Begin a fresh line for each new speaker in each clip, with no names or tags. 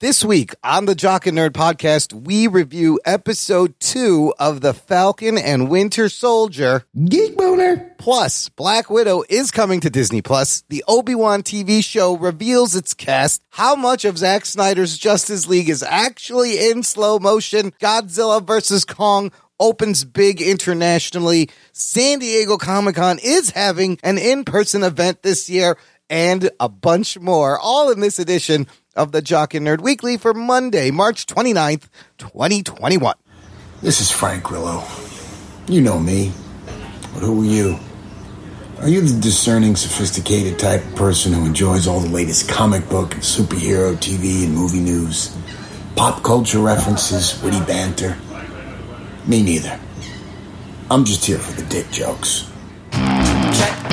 This week on the Jock and Nerd podcast, we review episode two of The Falcon and Winter Soldier.
Geek boner.
Plus, Black Widow is coming to Disney Plus. The Obi-Wan TV show reveals its cast, how much of Zack Snyder's Justice League is actually in slow motion, Godzilla versus Kong opens big internationally, San Diego Comic-Con is having an in-person event this year, and a bunch more, all in this edition of the Jock and Nerd Weekly for Monday, March 29th, 2021.
This is Frank Grillo. You know me. But who are you? Are you the discerning, sophisticated type of person who enjoys all the latest comic book, and superhero TV, and movie news? Pop culture references, witty banter? Me neither. I'm just here for the dick jokes.
Check.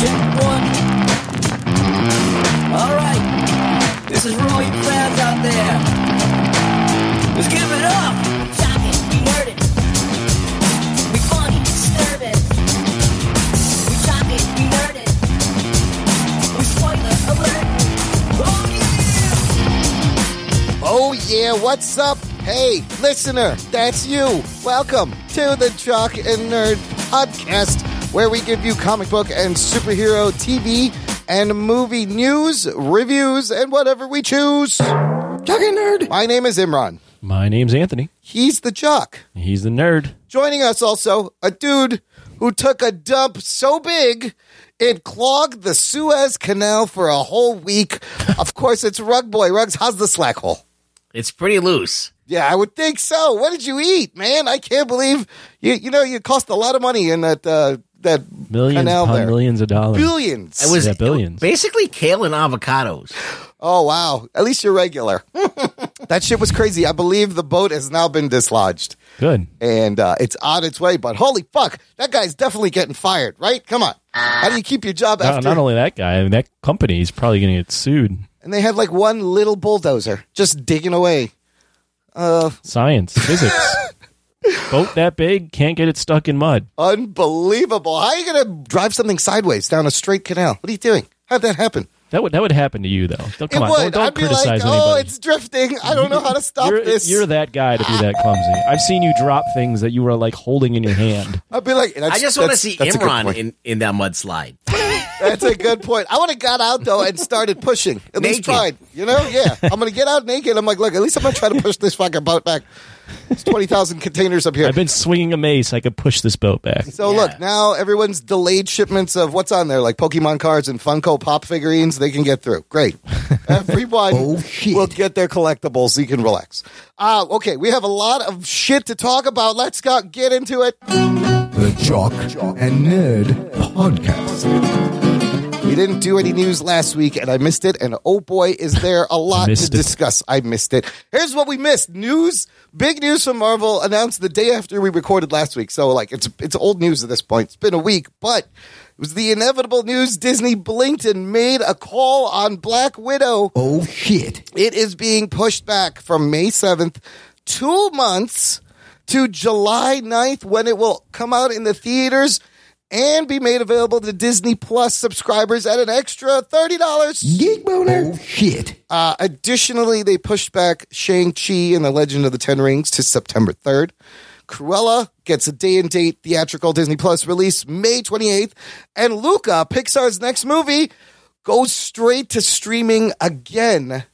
Check one. All right. This is for all you fans out there. Let's give it up.
Shocking, we nerded. We funny, disturbing. We shocking, we nerded. We spoiler alert.
Oh, yeah.
Oh, yeah, what's up? Hey, listener, that's you. Welcome to the Jock and Nerd podcast, where we give you comic book and superhero TV and movie news, reviews, and whatever we choose.
Jock and nerd.
My name is Imran.
My name's Anthony.
He's the Jock.
He's the nerd.
Joining us also, a dude who took a dump so big it clogged the Suez Canal for a whole week. of course, it's Rug Boy. Rugs, how's the slack hole?
It's pretty loose.
Yeah, I would think so. What did you eat, man? I can't believe you. You know, you cost a lot of money in that uh, that
Millions
canal
upon
there.
millions of dollars.
Billions.
It was
Yeah, billions.
it was basically kale and avocados.
oh wow. At least you're regular. that shit was crazy. I believe the boat has now been dislodged
Good.
and uh, it's on its way. But holy fuck, that guy's definitely getting fired. Right? Come on. How do you keep your job
Not,
after?
not only that guy, I mean, that company is probably going to get sued.
and they had like one little bulldozer just digging away.
Science, physics. Boat that big can't get it stuck in mud.
Unbelievable. How are you going to drive something sideways down a straight canal? What are you doing? How'd that happen?
That would that would happen to you though. Don't, come
it
on,
would.
don't, don't
I'd be
criticize
like,
anybody.
oh, it's drifting. I don't know how to stop
you're,
this.
you're that guy to be that clumsy. I've seen you drop things that you were like holding in your hand.
I'd be like, that's-
I just want to
that's-
see
that's a good
Imran
point.
in, in that mudslide.
That's a good point. I would have got out though and started pushing. At least
Naked.
tried. You know? Yeah. I'm gonna get out naked. I'm like, look, at least I'm gonna try to push this fucking boat back. It's twenty thousand containers up here.
I've been swinging a mace. I could push this boat back.
so
Yeah.
look, now everyone's delayed shipments of what's on there, like Pokemon cards and Funko Pop figurines. They can get through. Great. Everyone
Oh,
will get their collectibles. You can relax. Uh, okay, we have a lot of shit to talk about. Let's go get into it.
The Jock and Nerd Podcast.
We didn't do any news last week, and I missed it. And oh boy, is there a lot to
Missed it.
discuss. I missed it. Here's what we missed: news, big news from Marvel announced the day after we recorded last week. So like, it's it's old news at this point. It's been a week, but it was the inevitable news. Disney blinked and made a call on Black Widow.
Oh shit.
It is being pushed back from May 7th, two months to July 9th, when it will come out in the theaters and be made available to Disney Plus subscribers at an extra $30.
Geek boner. Oh shit.
Uh, additionally, they pushed back Shang-Chi and the Legend of the Ten Rings to September 3rd. Cruella gets a day and date theatrical Disney Plus release May 28th. And Luca, Pixar's next movie, goes straight to streaming again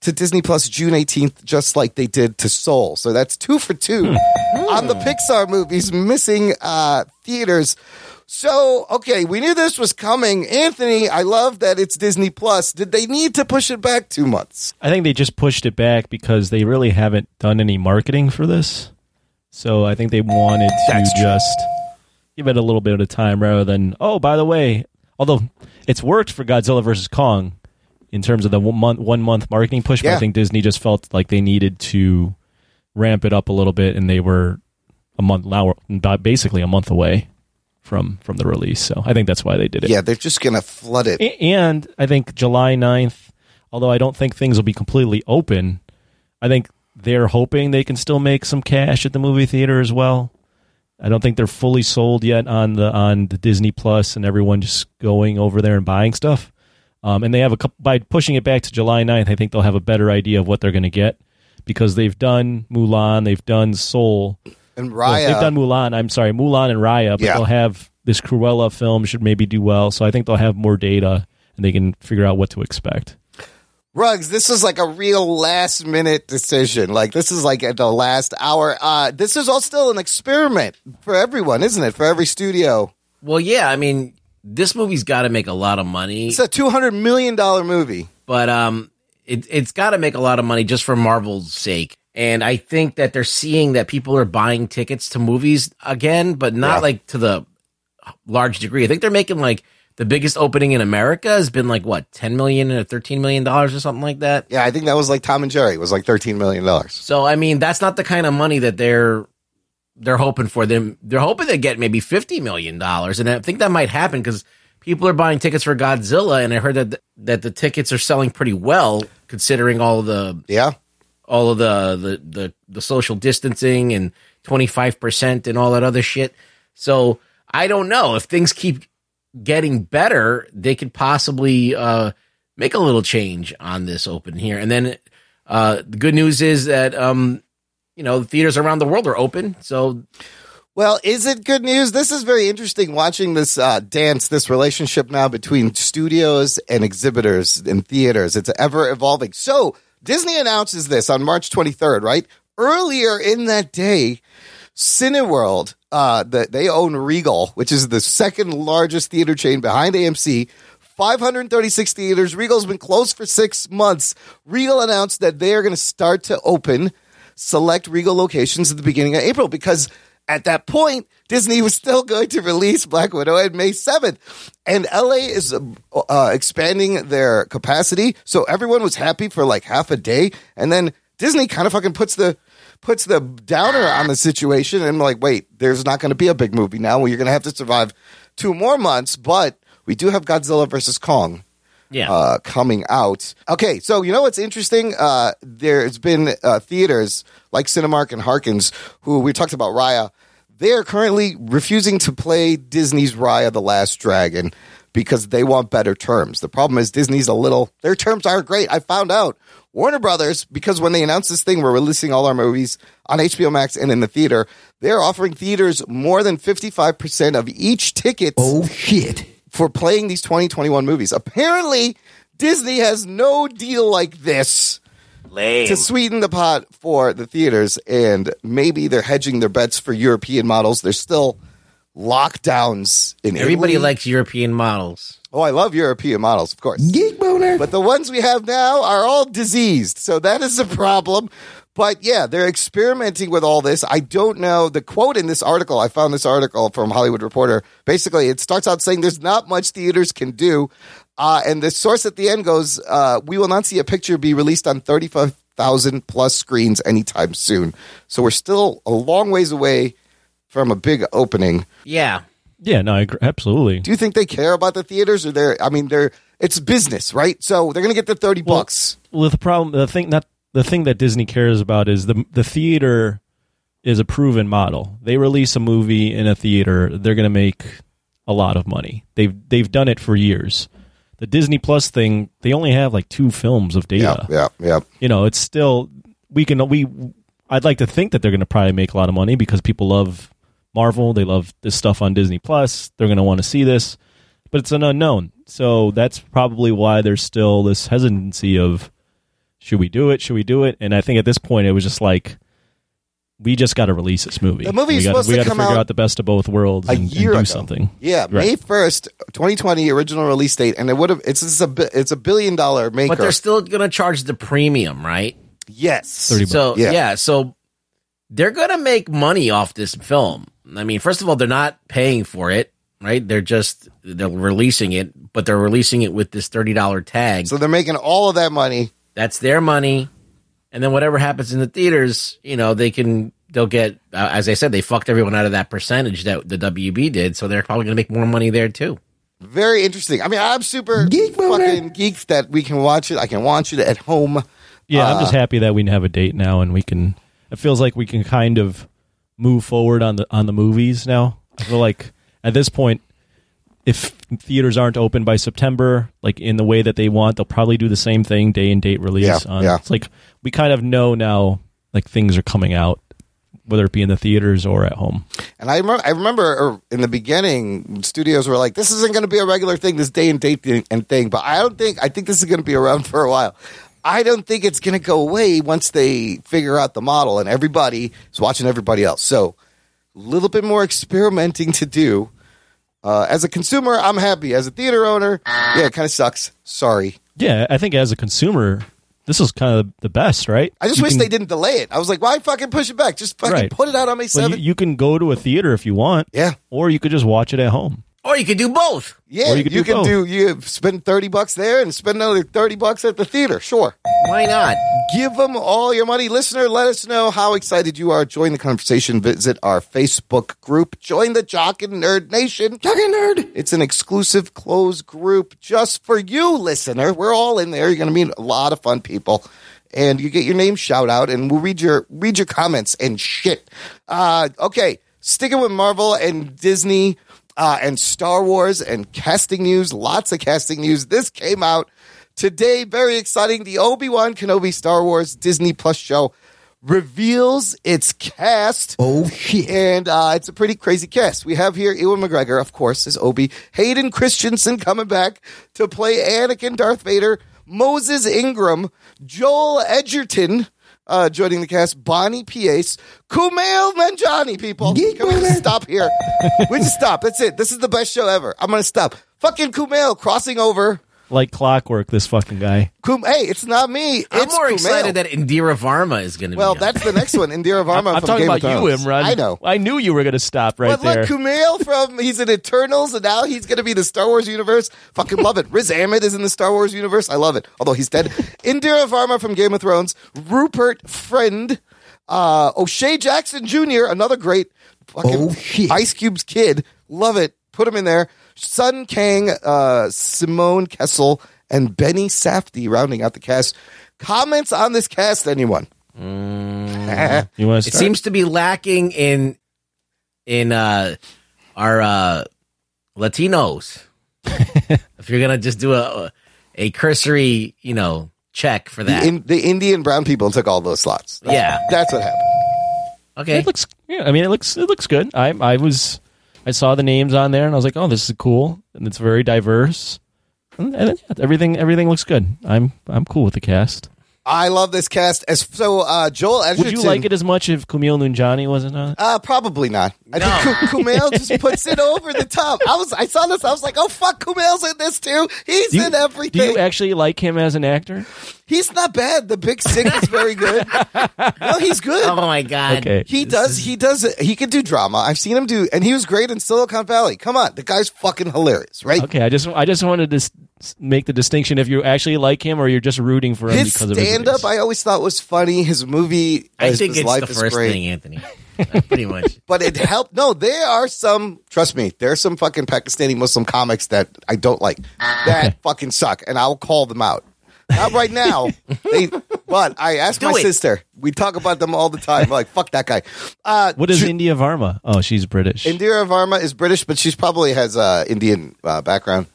to Disney Plus June 18th, just like they did to Soul. So that's two for two
Hmm.
on the Pixar movies missing uh, theaters. So, okay, we knew this was coming. Anthony, I love that it's Disney Plus. Did they need to push it back two months?
I think they just pushed it back because they really haven't done any marketing for this. So I think they wanted to just give it a little bit of time rather than, oh, by the way, although it's worked for Godzilla versus Kong in terms of the one month, one month marketing push, but
Yeah.
I think Disney just felt like they needed to ramp it up a little bit and they were a month, now we're basically a month away from, from the release. So I think that's why they did it.
Yeah, they're just going to flood it.
A- and I think July 9th, although I don't think things will be completely open, I think they're hoping they can still make some cash at the movie theater as well. I don't think they're fully sold yet on the on the Disney Plus and everyone just going over there and buying stuff. Um, and they have a couple, by pushing it back to July 9th, I think they'll have a better idea of what they're going to get because they've done Mulan, they've done Soul,
And
well,
Raya.
They've done Mulan. I'm sorry, Mulan and Raya, but
Yeah.
they'll have this Cruella film should maybe do well. So I think they'll have more data and they can figure out what to expect.
Rugs, this is like a real last minute decision. Like this is like at the last hour. Uh this is all still an experiment for everyone, isn't it? For every studio.
Well, yeah, I mean, this movie's got to make a lot of money,
It's a two hundred million dollar movie.
but um, it, it's got to make a lot of money just for Marvel's sake. And I think that they're seeing that people are buying tickets to movies again, but not like to the large degree. I think they're making like the biggest opening in America has been like what ten million or thirteen million dollars or something like that.
Yeah, I think that was like Tom and Jerry. It was like thirteen million dollars.
So I mean, that's not the kind of money that they're they're hoping for. Them they're hoping they get maybe fifty million dollars, and I think that might happen because people are buying tickets for Godzilla, and I heard that th- that the tickets are selling pretty well considering all the
Yeah.
all of the the the, the social distancing and twenty five percent and all that other shit. So I don't know if things keep getting better, they could possibly uh, make a little change on this open here. And then uh, the good news is that um, you know the theaters around the world are open, so
Well, is it good news? This is very interesting watching this uh, dance, this relationship now between studios and exhibitors and theaters. It's ever evolving. So, Disney announces this on March 23rd, right? Earlier in that day, Cineworld, uh, the, they own Regal, which is the second largest theater chain behind AMC. 536 theaters. Regal's been closed for six months. Regal announced that they are going to start to open select Regal locations at the beginning of April because at that point, Disney was still going to release Black Widow on May 7th. And LA is uh, uh, expanding their capacity. So everyone was happy for like half a day. And then Disney kind of fucking puts the puts the downer on the situation and like wait there's not going to be a big movie now well you're going to have to survive two more months but we do have godzilla versus kong
yeah.
uh, coming out. Okay, so you know what's interesting? Uh, there's been uh, theaters like Cinemark and Harkins, who we talked about Raya. They are currently refusing to play Disney's Raya the Last Dragon because they want better terms. The problem is Disney's a little. Their terms aren't great. I found out Warner Brothers because when they announced this thing, we're releasing all our movies on HBO Max and in the theater. They're offering theaters more than fifty five percent of each ticket
Oh shit.
for playing these 2021 movies. Apparently, Disney has no deal like this to sweeten the pot for the theaters, and maybe they're hedging their bets for European models. There's still lockdowns in
Everybody
Italy.
likes European models.
Oh, I love European models, of course.
Geek boner.
But the ones we have now are all diseased. So that is a problem. But yeah, they're experimenting with all this. I don't know. The quote in this article, I found this article from Hollywood Reporter. Basically, it starts out saying there's not much theaters can do. Uh, and the source at the end goes, uh, we will not see a picture be released on 35,000 plus screens anytime soon. So we're still a long ways away from a big opening.
Yeah,
Yeah, no, I agree. absolutely.
Do you think they care about the theaters or they're, I mean, they're, it's business, right? So they're going to get the 30 bucks.
Well, the problem, the thing, not the thing that Disney cares about is the the theater is a proven model. They release a movie in a theater, they're going to make a lot of money. They've they've done it for years. The Disney Plus thing, they only have like two films of data.
yeah, yeah.
you know, it's still we can we. I'd like to think that they're going to probably make a lot of money because people love Marvel, they love this stuff on Disney Plus. They're going to want to see this, but it's an unknown. So that's probably why there's still this hesitancy of should we do it? Should we do it? And I think at this point it was just like we just got to release this movie.
The movie's
we
supposed
we
to
gotta
come
figure
out
out the best of both worlds
a
and, and
year
do
ago.
something.
Yeah, May first, twenty twenty, original release date, and it would have. It's, it's a bi- it's a billion dollar maker.
but they're still going to charge the premium, right?
yes,
30 bucks.
So
Yeah.
yeah. so they're gonna make money off this film. I mean, first of all, they're not paying for it, right? They're just they're releasing it, but they're releasing it with this thirty dollar tag.
So they're making all of that money.
That's their money, and then whatever happens in the theaters, you know, they can they'll get. Uh, as I said, they fucked everyone out of that percentage that the WB did, so they're probably gonna make more money there too.
Very interesting. I mean, I'm super
Geek boner.
fucking geeked that we can watch it. I can watch it at home.
Yeah, I'm
Uh,
just happy that we have a date now and we can. It feels like we can kind of move forward on the on the movies now. I feel like at this point, if theaters aren't open by September, like in the way that they want, they'll probably do the same thing day and date release.
Yeah,
on,
yeah.
It's like we kind of know now, like things are coming out, whether it be in the theaters or at home.
And I remember, I remember er, in the beginning, studios were like, "This isn't going to be a regular thing, this day and date thing, and thing." But I don't think I think this is going to be around for a while. I don't think it's going to go away once they figure out the model, and everybody is watching everybody else. So, a little bit more experimenting to do. Uh, as a consumer, I'm happy. As a theater owner, yeah, it kind of sucks. Sorry.
Yeah, I think as a consumer, this is kind of the best, right?
I just
You
wish
can-
they didn't delay it. I was like, why fucking push it back? Just fucking
Right.
put it out on May
Well,
7th.
you, you can go to a theater if you want,
yeah.
or you could just watch it at home.
Or you could do both.
Yeah,
Or
you
you
can,
could
do, you
do both.
spend thirty bucks there and spend another thirty bucks at the theater. Sure,
Why not?
give them all your money, listener. Let us know how excited you are. Join the conversation. Visit our Facebook group. Join the Jock and Nerd Nation. Jock and Nerd. It's an exclusive closed group just for you, listener. We're all in there. You're going to meet a lot of fun people. And you get your name shout out, and we'll read your read your comments and shit. Uh, okay, sticking with Marvel and Disney uh, and Star Wars and casting news, lots of casting news. This came out today. Very exciting. The Obi Wan Kenobi Star Wars Disney Plus show reveals its cast. Oh, shit. And uh, it's a pretty crazy cast. We have here Ewan McGregor, of course, as Obi, Hayden Christensen coming back to play Anakin Darth Vader, Moses Ingram, Joel Edgerton. Uh, joining the cast, Bonnie Pace, Kumail Nanjani, people. Can we just stop here? we just stop. That's it. This is the best show ever. I'm going to stop. Fucking Kumail crossing over
Like clockwork, this fucking guy.
Kum- hey, it's not me.
I'm
it's
more
Kumail.
excited that Indira Varma is going to
Well,
be. on.
that's the next one. Indira Varma.
I'm
from
talking
Game
about
of
you,
Thrones.
Imran.
I know.
I knew you were going to stop right
but
there.
look, Kumail from he's in Eternals, and now he's going to be in the Star Wars universe. Fucking love it. Riz Ahmed is in the Star Wars universe. I love it. Although he's dead. Indira Varma from Game of Thrones. Rupert Friend. Uh, O'Shea Jackson Jr. Another great fucking Ice Cube's kid. Love it. Put him in there. Sun Kang, uh, Simone Kessel, and Benny Safdie rounding out the cast. Comments on this cast, anyone?
you want to
it
start?
seems to be lacking in in uh our uh Latinos. if you're gonna just do a a cursory, you know, check for that,
The, in, the Indian brown people took all those slots.
yeah,
That's what happened.
okay.
It looks. Yeah, I mean, it looks. It looks good. I I was. I saw the names on there, and I was like, "Oh, this is cool, and it's very diverse." And, and yeah, everything everything looks good. I'm I'm cool with the cast.
I love this cast. As so, uh, Joel Edgerton.
Would you like it as much if Kumail Nanjiani wasn't on? it?
Uh, probably not. I
No.
think Ku- Kumail just puts it over the top. I was, I saw this. I was like, oh fuck, Kumail's in this too. He's
Do you-
in
Do
everything.
you actually like him as an actor?
he's not bad. The Big Sick is very good. no, he's good.
Oh my god,
Okay.
He does. He does. He can do drama. I've seen him do, and he was great in Silicon Valley. Come on, the guy's fucking hilarious, right?
Okay, I just I just wanted to s- s- make the distinction if you actually like him or you're just rooting for him
His
because of his
stand up,
race.
I always thought was funny. His movie,
I
his,
think
his
it's
life
the
is
first
great.
thing, Anthony. Uh, Pretty much.
but it helped. No, there are some. Trust me, there are some fucking Pakistani Muslim comics that I don't like. That fucking suck, and I'll call them out. Not right now. they, but I asked
Do
my
it.
sister. We talk about them all the time. Like fuck that guy. Uh,
What is
Ju-
India Varma? Oh, she's British.
Indira Varma is British, but she's probably has uh, Indian uh, background.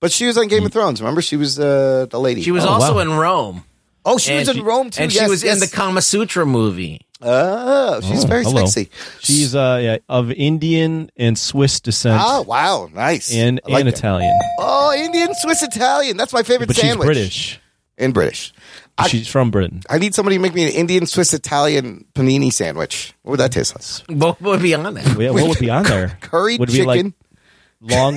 But she was on Game of Thrones. Remember, she was uh, the lady.
She was
Oh,
also
wow.
in Rome.
oh, she
And
was in Rome too.
and
Yes,
she was in
yes.
the Kama Sutra movie.
Oh, she's
Oh,
very
hello.
sexy.
She's uh yeah, of Indian and Swiss descent
Oh wow, nice.
and,
I like
and
that.
Italian,
Oh, Indian, Swiss, Italian. That's my favorite
but she's
sandwich.
British.
and British. I-
she's from Britain.
I need somebody to make me an Indian Swiss Italian panini sandwich. What would that taste like?
Both would be on it.
Yeah, what would be on there?
Curry
would
chicken,
be like long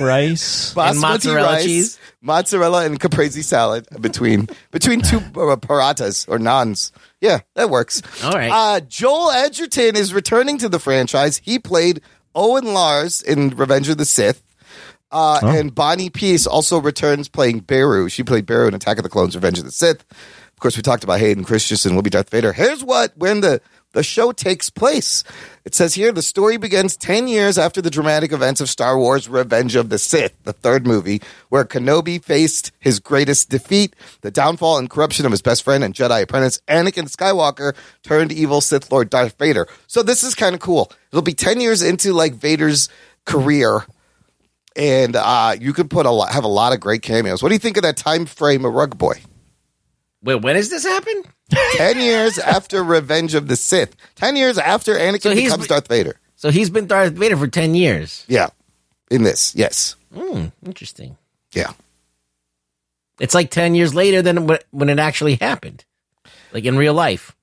rice.
basmati
and mozzarella
rice,
cheese?
mozzarella and caprese salad between between two uh, paratas or naans. Yeah, that works.
All right.
Uh, Joel Edgerton is returning to the franchise. He played Owen Lars in Revenge of the Sith. Uh, And Bonnie Peace also returns playing Beru. She played Beru in Attack of the Clones, Revenge of the Sith. Of course, we talked about Hayden Christensen will be Darth Vader. Here's what when the the show takes place. It says here the story begins ten years after the dramatic events of Star Wars: Revenge of the Sith, the third movie, where Kenobi faced his greatest defeat, the downfall and corruption of his best friend and Jedi apprentice Anakin Skywalker turned evil Sith Lord Darth Vader. So this is kind of cool. It'll be ten years into like Vader's career and uh, you could put a lot, have a lot of great cameos. What do you think of that time frame of Rug Boy?
Wait, when does this happen?
Ten years after Revenge of the Sith. Ten years after Anakin
So he's-
becomes Darth Vader.
So he's been Darth Vader for ten years.
Yeah, in this, yes,
Hmm, interesting.
yeah.
It's like ten years later than wh- when it actually happened, like in real life.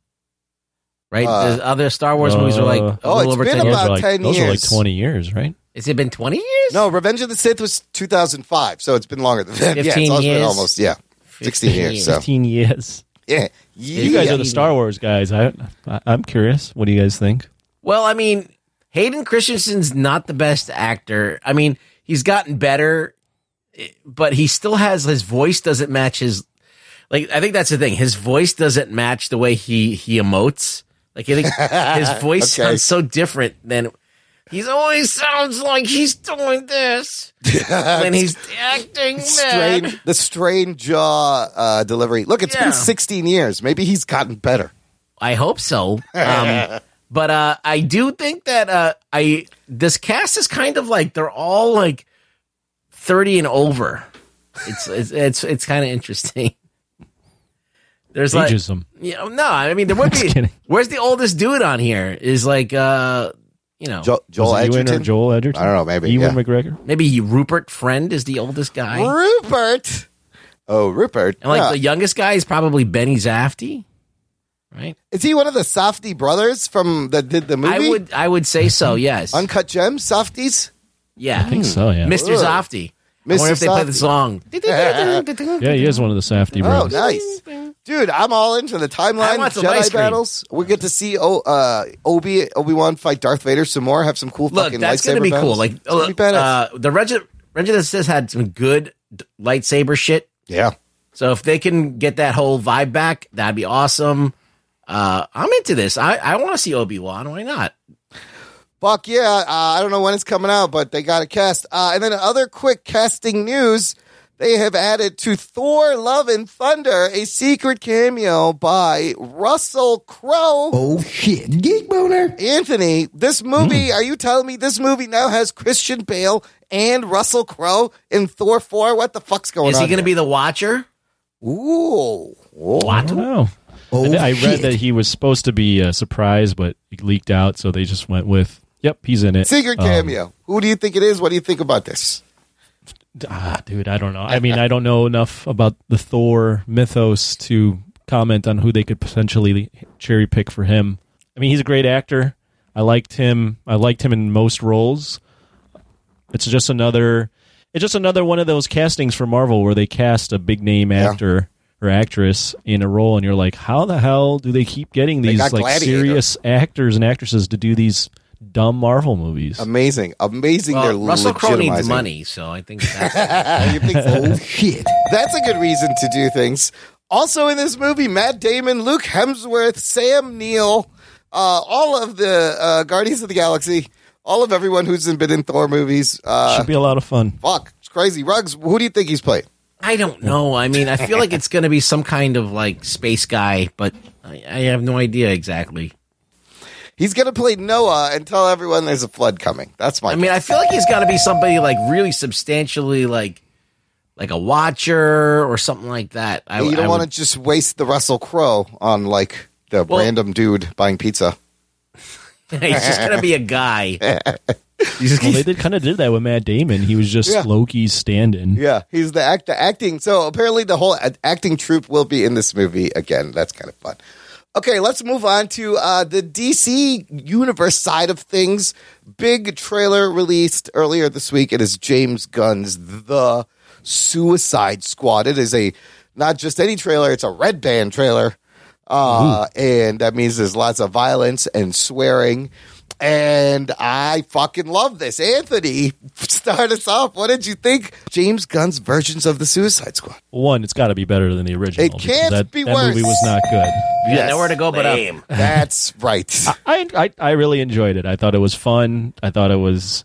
Right?
Uh,
the other Star Wars movies are like
Uh,
a
Oh, it's
little over
been
ten
Those
years.
about
are like,
10
those are like
years.
20 years, right?
Has it been twenty years?
No, Revenge of the Sith was 2005, so it's been longer than that. yeah, it's
15
almost,
years.
almost yeah, 16 years. So
15 years.
yeah,
You guys
Yeah.
are the Star Wars guys. I, I I'm curious. What do you guys think?
Well, I mean, Hayden Christensen's not the best actor. I mean, he's gotten better, but he still has his voice doesn't match his. Like, I think that's the thing. His voice doesn't match the way he he emotes. Like, I think his voice
Okay.
sounds so different than. He's always sounds like he's doing this when he's acting. Straight.
strain, the strain jaw uh, delivery. Look, it's
Yeah.
been 16 years. Maybe he's gotten better.
I hope so. Um, but uh, I do think that uh, I this cast is kind of like they're all like thirty and over. It's it's it's, it's kind of interesting. There's like
Ageism.
you know, no, I mean there would
Just
be.
kidding.
Where's the oldest dude on here? Is like uh you know
Jo- Joel
Was it Ewan or
Edgerton.
Joel Edgerton?
I don't know, maybe,
Ewan
yeah.
McGregor.
maybe Rupert Friend is the oldest guy,
Rupert. Oh, Rupert.
and like
Yeah.
the youngest guy is probably Benny Zafty, right?
Is he one of the Softy brothers from that did the movie?
I would I would say so. Yes,
Uncut Gems, Softies.
yeah,
I
Hmm.
think so, yeah.
Mr. Zafty. I wonder
Mr.
if they play the
Softy.
song.
Yeah, he is one of the Safety
Oh,
brothers.
nice, dude! I'm all into the
I
timeline
want some ice
Jedi
cream.
battles. We get to see oh, uh, Obi Obi Wan fight Darth Vader some more. Have some cool
Look,
fucking
that's
lightsaber
gonna be
battles.
cool. Like
It's gonna be badass.
uh, the Regiment Regiment Sith had some good d- lightsaber shit.
yeah,
So if they can get that whole vibe back, that'd be awesome. Uh, I'm into this. I, I want to see Obi Wan. Why not?
Fuck yeah. Uh, I don't know when it's coming out, but they got a cast. Uh, and then other quick casting news. They have added to Thor Love and Thunder a secret cameo by Russell Crowe.
Oh shit, geek boner.
Anthony, this movie,
Hmm.
are you telling me this movie now has Christian Bale and Russell Crowe in Thor 4? What the fuck's going
Is
on?
he going to
here?
be the Watcher?
Ooh.
I don't know.
Oh
I, thi- I read
shit.
that he was supposed to be a surprise, but it leaked out, so they just went with, yep, he's in it.
Secret
Um,
cameo. Who do you think it is? What do you think about this?
Ah, dude, I don't know. I mean, I don't know enough about the Thor mythos to comment on who they could potentially cherry pick for him. I mean, he's a great actor. I liked him. I liked him in most roles. It's just another. It's just another one of those castings for Marvel where they cast a big name actor or actress in a role, and you're like, how the hell do they keep getting these
got
like
Gladiator.
serious actors and actresses to do these dumb Marvel movies?
Amazing. Amazing.
Well,
They're
Russell Crowe needs
legitimizing.
money, so I think that's,
you think so?
Oh shit.
That's a good reason to do things. Also in this movie, Matt Damon, Luke Hemsworth, Sam Neill, uh, all of the uh, Guardians of the Galaxy, all of everyone who's been in Thor movies. Uh,
Should be a lot of fun.
fuck, it's crazy. Rugs, who do you think he's playing?
I don't know. I mean, I feel like it's going to be some kind of like space guy, but I, I have no idea exactly.
He's going to play Noah and tell everyone there's a flood coming. That's my.
I mean, I feel like he's got to be somebody like really substantially like like a watcher or something like that. I,
you
I
don't want to
would-
just waste the Russell Crowe on like the
Well-
random dude buying pizza.
he's just gonna be a guy. He's just-
Well, they did kind of did that with Matt Damon. He was just
Yeah.
Loki's stand-in.
Yeah, he's the act the acting. So apparently, the whole a- acting troupe will be in this movie again. That's kind of fun. Okay, let's move on to uh, the DC universe side of things. Big trailer released earlier this week. It is James Gunn's The Suicide Squad. It is a not just any trailer; it's a red band trailer, uh, and that means there's lots of violence and swearing. And I fucking love this. Anthony, start us off. What did you think? James Gunn's versions of the Suicide Squad.
One, it's got to be better than the original.
It
because
can't
that,
be
that movie
worse.
was not good.
yeah,
Yes.
nowhere to go but up. Uh,
That's right.
I, I I really enjoyed it. I thought it was fun. I thought it was.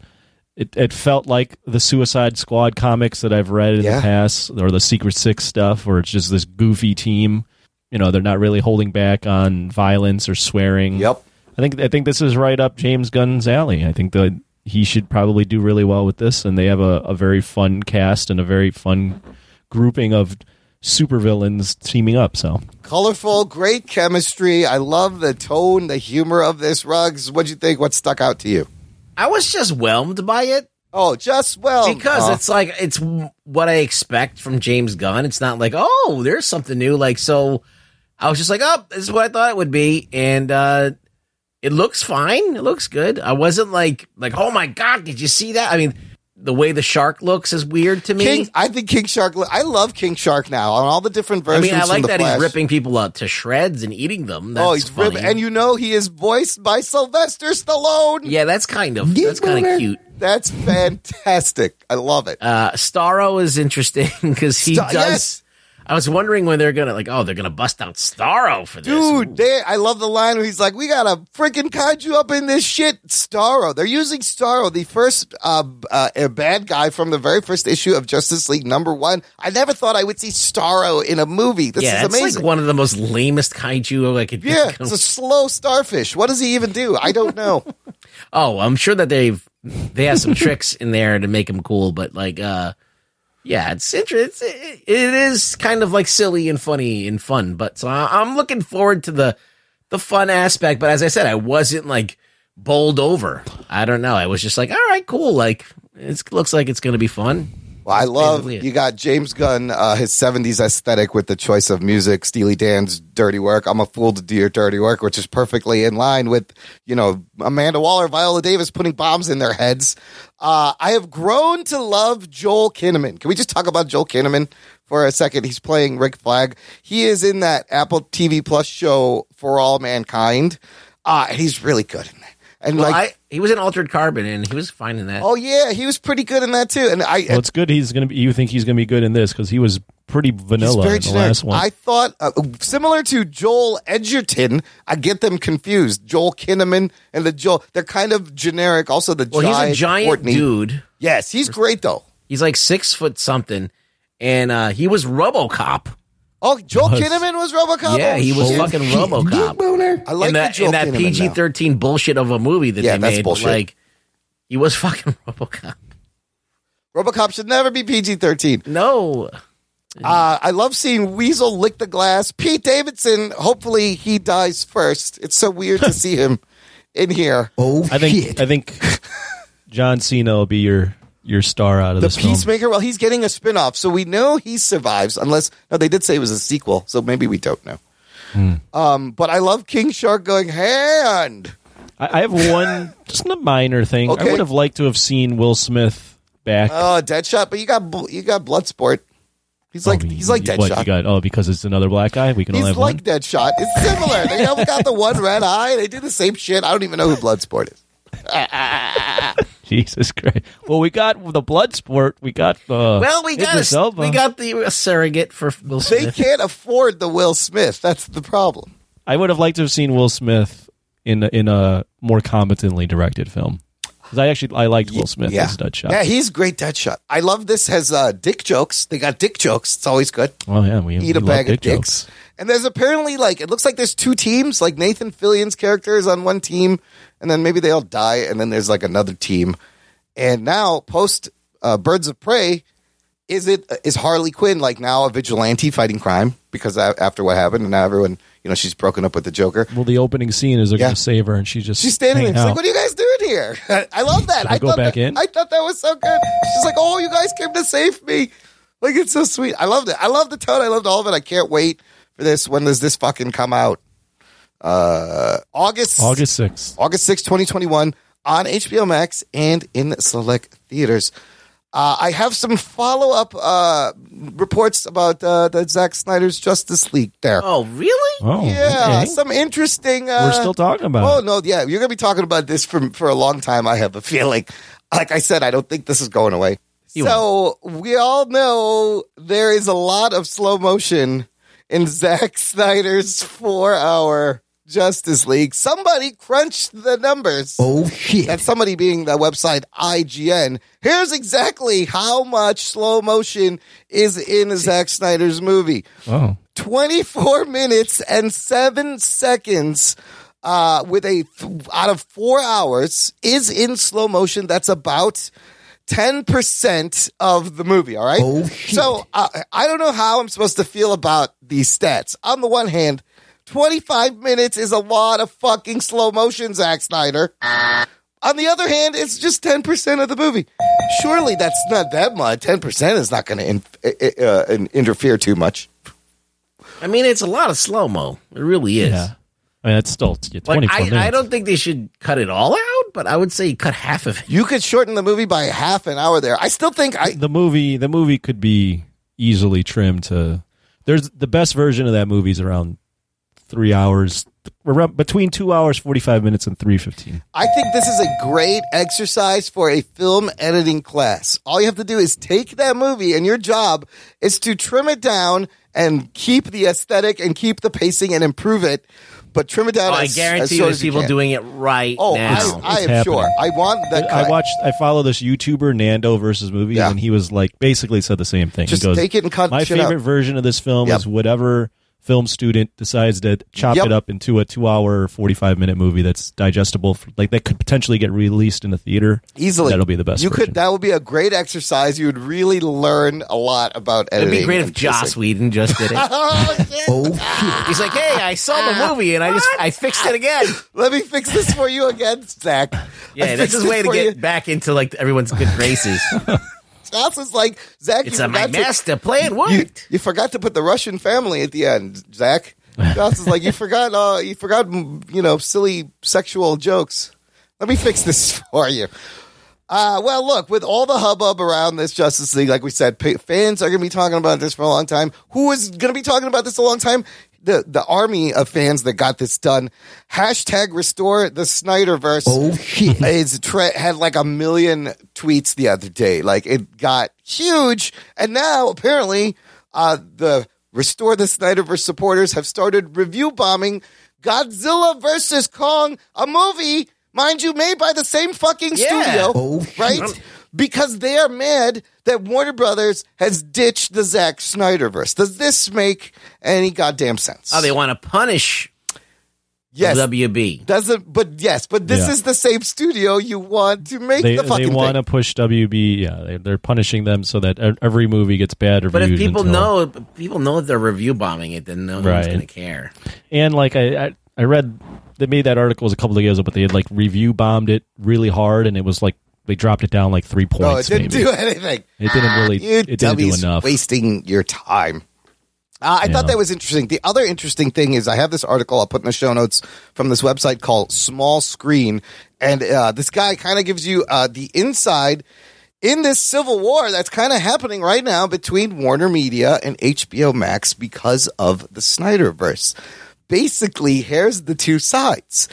It, it felt like the Suicide Squad comics that I've read in
Yeah.
the past, or the Secret Six stuff, where it's just this goofy team. You know, they're not really holding back on violence or swearing.
Yep.
I think I think this is right up James Gunn's alley. I think that he should probably do really well with this. And they have a, a very fun cast and a very fun grouping of supervillains teaming up. So
Colorful, great chemistry. I love the tone, the humor of this. Rugs, what'd you think? What stuck out to you?
I was just whelmed by it
Oh, uh-huh. just well uh,
because
Aw.
it's like it's what I expect from James Gunn. It's not like oh, there's something new. Like so, I was just like, oh, this is what I thought it would be, and uh it looks fine. It looks good. I wasn't like like oh my god, did you see that? I mean, the way the shark looks is weird to me.
King, I think King Shark. I love King Shark now on all the different
I
versions.
mean, I
from
like
the
that
Flash.
he's ripping people up to shreds and eating them. That's
oh, he's
funny.
ripping, and you know he is voiced by Sylvester Stallone.
yeah, that's kind of that's kind of cute.
That's fantastic. I love it.
Uh, Starro is interesting because he
Star-
does.
yes.
I was wondering when they're gonna like, oh, they're gonna bust out Starro for this,
Dude, they, I love the line where he's like, "We got a freaking kaiju up in this shit." Starro, they're using Starro, the first uh, uh, uh, bad guy from the very first issue of Justice League number one. I never thought I would see Starro in a movie. This is
yeah, that's
amazing.
like one of the most lamest kaiju I could.
yeah,
think of.
it's a slow starfish. What does he even do? I don't know.
Oh, I'm sure that they've they have some tricks in there to make him cool, but like, uh, yeah, it's interesting. It, it is kind of like silly and funny and fun, but so I, I'm looking forward to the the fun aspect. But as I said, I wasn't like bowled over. I don't know. I was just like, all right, cool. Like, it looks like it's gonna be fun.
Well, I love
basically it.
you got James Gunn, uh, his 70s aesthetic with the choice of music, Steely Dan's dirty work, I'm a fool to do your dirty work, which is perfectly in line with, you know, Amanda Waller, Viola Davis putting bombs in their heads. Uh, I have grown to love Joel Kinnaman. Can we just talk about Joel Kinnaman for a second? He's playing Rick Flag. He is in that Apple TV Plus show For All Mankind. Uh, and he's really good in that. And
Well,
like,
I, he was in Altered Carbon, and he was fine in that.
oh yeah, he was pretty good in that too. And I,
well, it's good. He's gonna be. You think he's gonna be good in this because he was pretty
He's
vanilla
very
in the
generic.
last one.
I thought uh, similar to Joel Edgerton. I get them confused. Joel Kinnaman and the Joel. They're kind of generic. Also, the
well,
giant
he's a giant
Courtney.
dude.
Yes, he's great though.
He's like six foot something, and uh, he was RoboCop.
Oh, Joel
Was-
Kinnaman was RoboCop.
Yeah, he was
Shit.
fucking RoboCop.
I like
in
that,
that,
Joel
in that
Kinnaman now.
PG thirteen bullshit of a movie that
Yeah,
they
that's
made,
bullshit.
like he was fucking RoboCop.
RoboCop should never be PG thirteen.
No,
Uh, I love seeing Weasel lick the glass. Pete Davidson. Hopefully, he dies first. It's so weird to see him in here.
Oh,
I think
shit.
I think John Cena will be your your star out of
The
this film.
Peacemaker, well, he's getting a spin off, so we know he survives, unless, no, they did say it was a sequel, so maybe we don't know.
Hmm.
Um, but I love King Shark going, hand!
I, I have one just a minor thing.
Okay.
I would have liked to have seen Will Smith back.
Oh, Deadshot, but you got bl- you got Bloodsport. He's like,
Oh,
he's like
you- what, you
Deadshot.
got- oh, because it's another black guy. We can only
He's
have
like
one.
Deadshot. It's similar. they all got the one red eye. They do the same shit. I don't even know who Bloodsport is.
Jesus Christ. Well, we got the blood sport. We got uh,
well we got
Idris
a,
Elba.
we got the surrogate for Will
They
Smith.
can't afford the Will Smith. That's the problem.
I would have liked to have seen Will Smith in in a more competently directed film. 'Cause I actually I liked Will Smith
Yeah.
as Deadshot.
Yeah, he's great Deadshot. I love this has uh, dick jokes. They got dick jokes. It's always good.
oh yeah, we we
eat a
love
bag of
dick
dicks.
jokes.
And there's apparently like it looks like there's two teams. Like Nathan Fillion's character is on one team, and then maybe they all die, and then there's like another team. And now post uh, Birds of Prey, is it is Harley Quinn like now a vigilante fighting crime because a- after what happened, and now everyone you know she's broken up with the Joker.
Well, the opening scene is they're
Yeah.
going to save her, and she just
She's standing there.
hanging
She's like,
out.
"What are you guys doing here?" I love that.
Should I go
thought
back
that,
in?
I thought that was so good. She's like, "Oh, you guys came to save me." Like it's so sweet. I loved it. I loved the tone. I loved all of it. I can't wait for this. When does this fucking come out? Uh, August
August sixth.
August sixth, 2021 on HBO Max and in select theaters. Uh, I have some follow up uh, reports about uh, the Zack Snyder's Justice League there.
oh really?
Oh
yeah,
okay.
some interesting. Uh,
We're still talking about
Oh
it.
no, yeah, you're gonna be talking about this for for a long time. I have a feeling. Like I said, I don't think this is going away. so we all know there is a lot of slow motion in Zack Snyder's four-hour Justice League. Somebody crunched the numbers.
oh shit.
And somebody being the website IGN. Here's exactly how much slow motion is in Zack Snyder's movie.
Oh,
24 minutes and 7 seconds uh, with a th- out of four hours is in slow motion. That's about. 10% of the movie, all right?
Oh, shit.
So uh, I don't know how I'm supposed to feel about these stats. On the one hand, 25 minutes is a lot of fucking slow motion, Zack Snyder. On the other hand, it's just 10% of the movie. Surely that's not that much. 10% is not going to in, uh, in- interfere too much.
I mean, it's a lot of slow mo. It really is.
Yeah. I mean, that's still yeah,
Like
24 minutes.
I, I don't think they should cut it all out, but I would say you cut half of it.
You could shorten the movie by half an hour there. I still think I.
the movie the movie could be easily trimmed to there's the best version of that movie is around three hours around between two hours 45 minutes and 315
I think this is a great exercise for a film editing class. All you have to do is take that movie, and your job is to trim it down and keep the aesthetic and keep the pacing and improve it, but trim it down.
Oh, I
as- as
guarantee you
short
there's
as you
people
can.
doing it right
Oh,
now.
I, I
It's
am sure. I
happening.
want that.
i
cut.
watched i follow this youtuber nando versus movies
Yeah.
and he was like basically said the same thing
Just
he goes
take it and cut
my
shit
favorite
out."
version of this film
Yep.
is whatever film student decides to chop
Yep.
it up into a two hour 45 minute movie that's digestible for, like that could potentially get released in the theater
easily.
that'll be the best
You
version.
could. That would be a great exercise. You would really learn a lot about
It'd
editing.
be great if
and
Joss
pacing.
Whedon just did it.
Oh, yeah.
He's like, hey, I saw the movie and I just I fixed it again.
Let me fix this for you again, Zach.
Yeah, that's his way to get back into like everyone's good graces.
Joss is like Zach.
It's
you
a my
forgot to-
master plan
you,
worked.
you forgot to put the Russian family at the end, Zach. Joss is like, you forgot. Uh, you forgot. mm, You know, silly sexual jokes. Let me fix this for you. Uh, well, look, with all the hubbub around this Justice League, like we said, pa- fans are going to be talking about this for a long time. Who is going to be talking about this a long time? The the army of fans that got this done. Hashtag restore the Snyderverse
Oh shit.
is tre- had like a million tweets the other day. Like it got huge, and now apparently uh, the Restore the Snyderverse supporters have started review bombing Godzilla versus Kong, a movie, mind you, made by the same fucking
Yeah.
studio,
Oh,
right? Because they are mad that Warner Brothers has ditched the Zack Snyderverse. Does this make any goddamn sense?
Oh, they want E. to punish
yes.
WB.
doesn't but yes, but this
Yeah.
is the same studio you want to make
they,
the fucking
they
thing.
want to push WB. Yeah, they, they're punishing them so that e- every movie gets bad reviews.
But if people
until-
know if people know they're review bombing it, then no one's
Right.
gonna care.
and like I, I, I read they made that article was a couple of years ago, but they had like review bombed it really hard, and it was like they dropped it down like three
No,
points.
it didn't
maybe.
do anything.
It didn't really.
You
it didn't do
dummies
enough.
wasting your time. Uh, I
Yeah.
thought that was interesting. The other interesting thing is I have this article I'll put in the show notes from this website called Small Screen, and uh, this guy kind of gives you uh, the inside in this civil war that's kind of happening right now between Warner Media and HBO Max because of the Snyderverse. Basically, here's the two sides.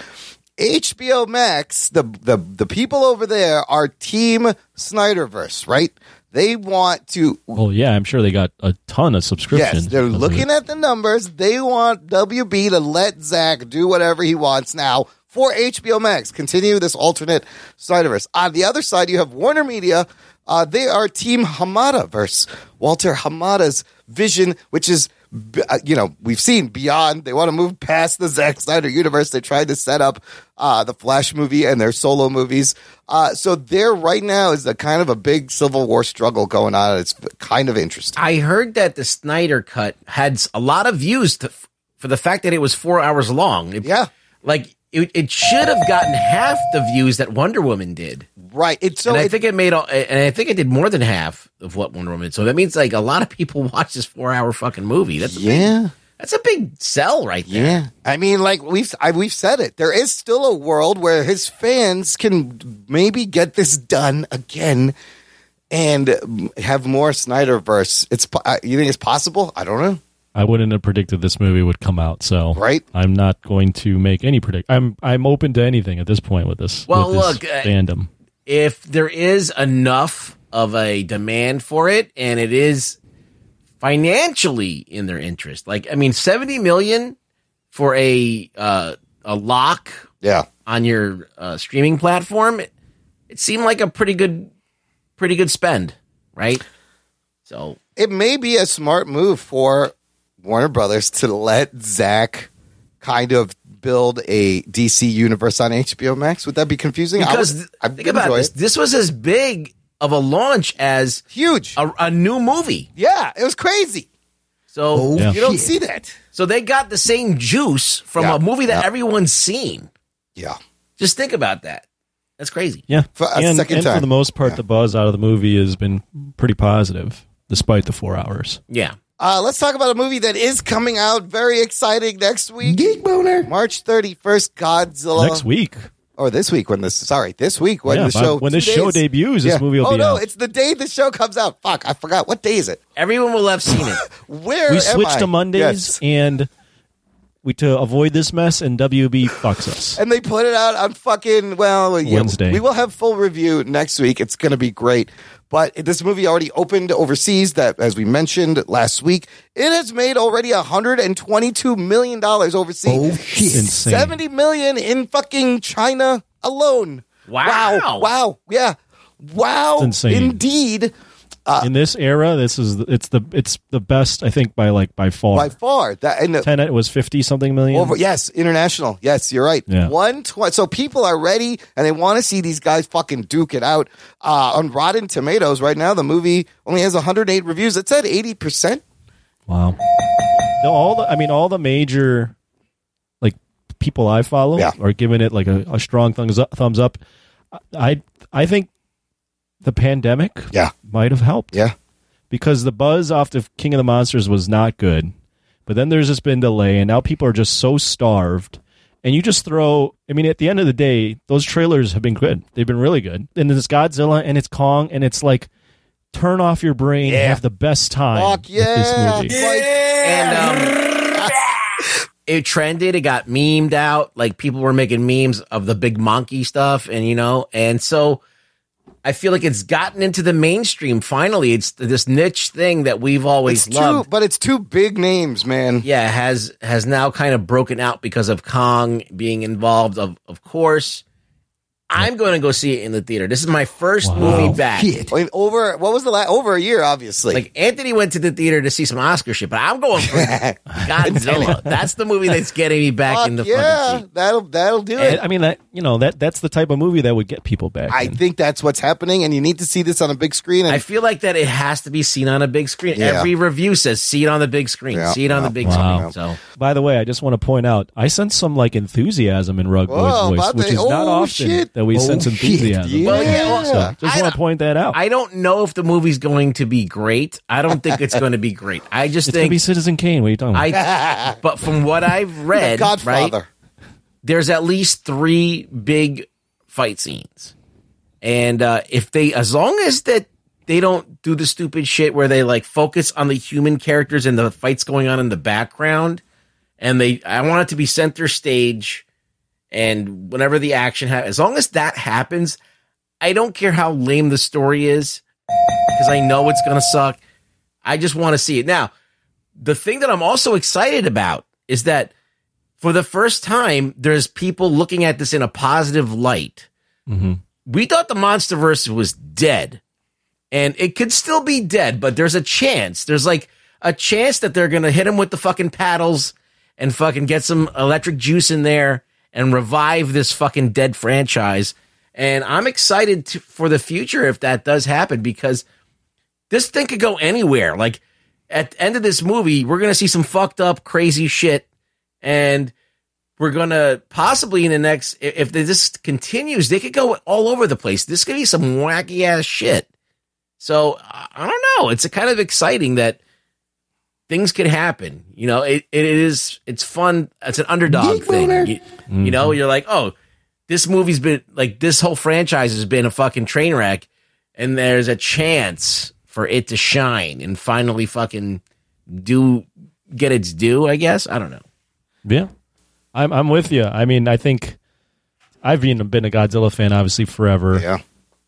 HBO Max, the the the people over there are Team Snyderverse, right? They want to
Well, yeah, I'm sure they got a ton of subscriptions.
Yes, they're
because of
looking
it.
at the numbers. They want WB to let Zach do whatever he wants now for HBO Max. Continue this alternate Snyderverse. On the other side, you have Warner Media. Uh, they are Team Hamada verse Walter Hamada's vision, which is. b- uh, You know, we've seen beyond. They want to move past the Zack Snyder universe. They tried to set up uh, the Flash movie and their solo movies. Uh, so there, right now, is a kind of a big Civil War struggle going on. It's kind of interesting.
I heard that the Snyder cut had s- a lot of views to, for the fact that it was four hours long. It-
Yeah.
like it, it should have gotten half the views that Wonder Woman did,
Right. It's so
and I
it-
think it made all, and I think it did more than half of what Wonder Woman. did. So that means like a lot of people watch this four-hour fucking movie. That's a big,
Yeah.
that's a big sell right there.
Yeah. I mean, like we've I, we've said it. There is still a world where his fans can maybe get this done again and um, have more Snyderverse. It's po- uh, you think it's possible? I don't know.
I wouldn't have predicted this movie would come out. So
Right.
I'm not going to make any predict. I'm I'm open to anything at this point with this.
Well,
with this
look, uh,
fandom.
if there is enough of a demand for it and it is financially in their interest like i mean 70 million for a uh, a lock
Yeah.
on your uh, streaming platform it, it seemed like a pretty good pretty good spend right so
It may be a smart move for Warner Brothers to let Zach kind of build a DC universe on HBO Max? Would that be confusing? I
Because
would-
th-
I
think about
enjoy
this.
it.
This was as big of a launch as
Huge.
a, a new movie.
yeah, it was crazy.
So
Yeah.
You don't see that.
so they got the same juice from
Yeah.
a movie that
Yeah.
everyone's seen.
Yeah.
Just think about that. That's crazy.
Yeah.
For a
and,
second
and
time.
for the most part, the buzz out of the movie has been pretty positive, despite the four hours.
Yeah.
Uh, let's talk about a movie that is coming out very exciting next week.
Geek boner.
March 31st, Godzilla.
Next week.
Or this week when this, sorry, this week when
Yeah,
the
by-
show.
when
two
this show
days-
debuts, this movie will
oh,
be
no,
out.
it's the day the show comes out. Fuck, I forgot. What day is it?
Everyone will have seen it.
Where
we
am
switched
I?
to Mondays
Yes.
and we to avoid this mess and WB fucks us.
and they put it out on fucking well yeah,
Wednesday.
we will have full review next week. It's going to be great. But this movie already opened overseas. That, as we mentioned last week, it has made already 122 million dollars overseas.
Oh, shit.
Insane.
70 million in fucking China alone.
Wow.
Wow. Wow. Yeah. Wow.
It's insane.
Indeed. Uh,
In this era, this is the- it's the it's the best I think by like by far.
By far. That and the,
Tenet was fifty something million.
over yes, international. Yes, you're right.
Yeah.
One tw- so people are ready and they want to see these guys fucking duke it out. Uh, on Rotten Tomatoes right now, the movie only has 108 reviews. It said 80 percent.
Wow. No, all the I mean all the major like people I follow
Yeah.
are giving it like a, a strong thumbs up thumbs up. I I think the pandemic
Yeah.
might have helped.
Yeah.
Because the buzz off the King of the Monsters was not good. But then there's just been delay and now people are just so starved. And you just throw I mean at the end of the day, those trailers have been good. They've been really good. And then it's Godzilla and it's Kong and it's like turn off your brain and have the best time
Fuck
with this
yeah.
movie.
Like,
and um, it trended. It got memed out. Like people were making memes of the big monkey stuff, and you know, and so I feel like it's gotten into the mainstream. Finally, it's this niche thing that we've always
it's two,
loved.
but it's two big names, man.
Yeah, has has now kind of broken out because of Kong being involved. Of of course, I'm going to go see it in the theater. This is my first movie back.
Shit.
I mean, over what was the last over a year, obviously.
Like Anthony went to the theater to see some Oscar shit, but I'm going for Godzilla. That's the movie that's getting me back
Fuck
in the fucking
yeah,
seat.
that'll that'll do it.
And, I mean, that you know that that's the type of movie that would get people back.
I
in.
think that's what's happening, and you need to see this on a big screen. And
I feel like that it has to be seen on a big screen.
Yeah.
Every review says see it on the big screen.
Yeah.
See it on the big
Wow.
screen. So
By the way, I just want to point out I sense some like enthusiasm in Rug
Whoa,
Boy's voice,
about
which
the-
is not
oh,
often
shit.
that we
Oh,
sense
shit.
enthusiasm.
Yeah.
Well, yeah, well,
So just
I
want to
don't-
point that out.
I don't know if the movie's going to be great. I don't think it's going to be great. I just
it's gonna
think
be Citizen Kane. What are you talking about?
I. but from what I've read, right,
Godfather.
there's at least three big fight scenes, and uh, if they, as long as that they don't do the stupid shit where they like focus on the human characters and the fights going on in the background, and they, I want it to be center stage, and whenever the action happens, as long as that happens, I don't care how lame the story is, because I know it's gonna suck. I just want to see it now. The thing that I'm also excited about is that for the first time, there's people looking at this in a positive light.
Mhm.
We thought the MonsterVerse was dead, and it could still be dead, but there's a chance. There's like a chance that they're gonna hit him with the fucking paddles and fucking get some electric juice in there and revive this fucking dead franchise. And I'm excited to, for the future if that does happen because this thing could go anywhere. Like at the end of this movie, we're gonna see some fucked up, crazy shit, and we're gonna possibly in the next i- if this continues, they could go all over the place. This could be some wacky ass shit. So I I don't know. It's kind of exciting that things could happen. You know, it, it is it's fun. It's an underdog
Geek
thing.
boner.
You, you know, you're like, oh, this movie's been like this whole franchise has been a fucking train wreck, and there's a chance for it to shine and finally fucking do get its due. I guess I don't know.
yeah, I'm I'm with you. I mean, I think I've been been a Godzilla fan obviously forever.
Yeah.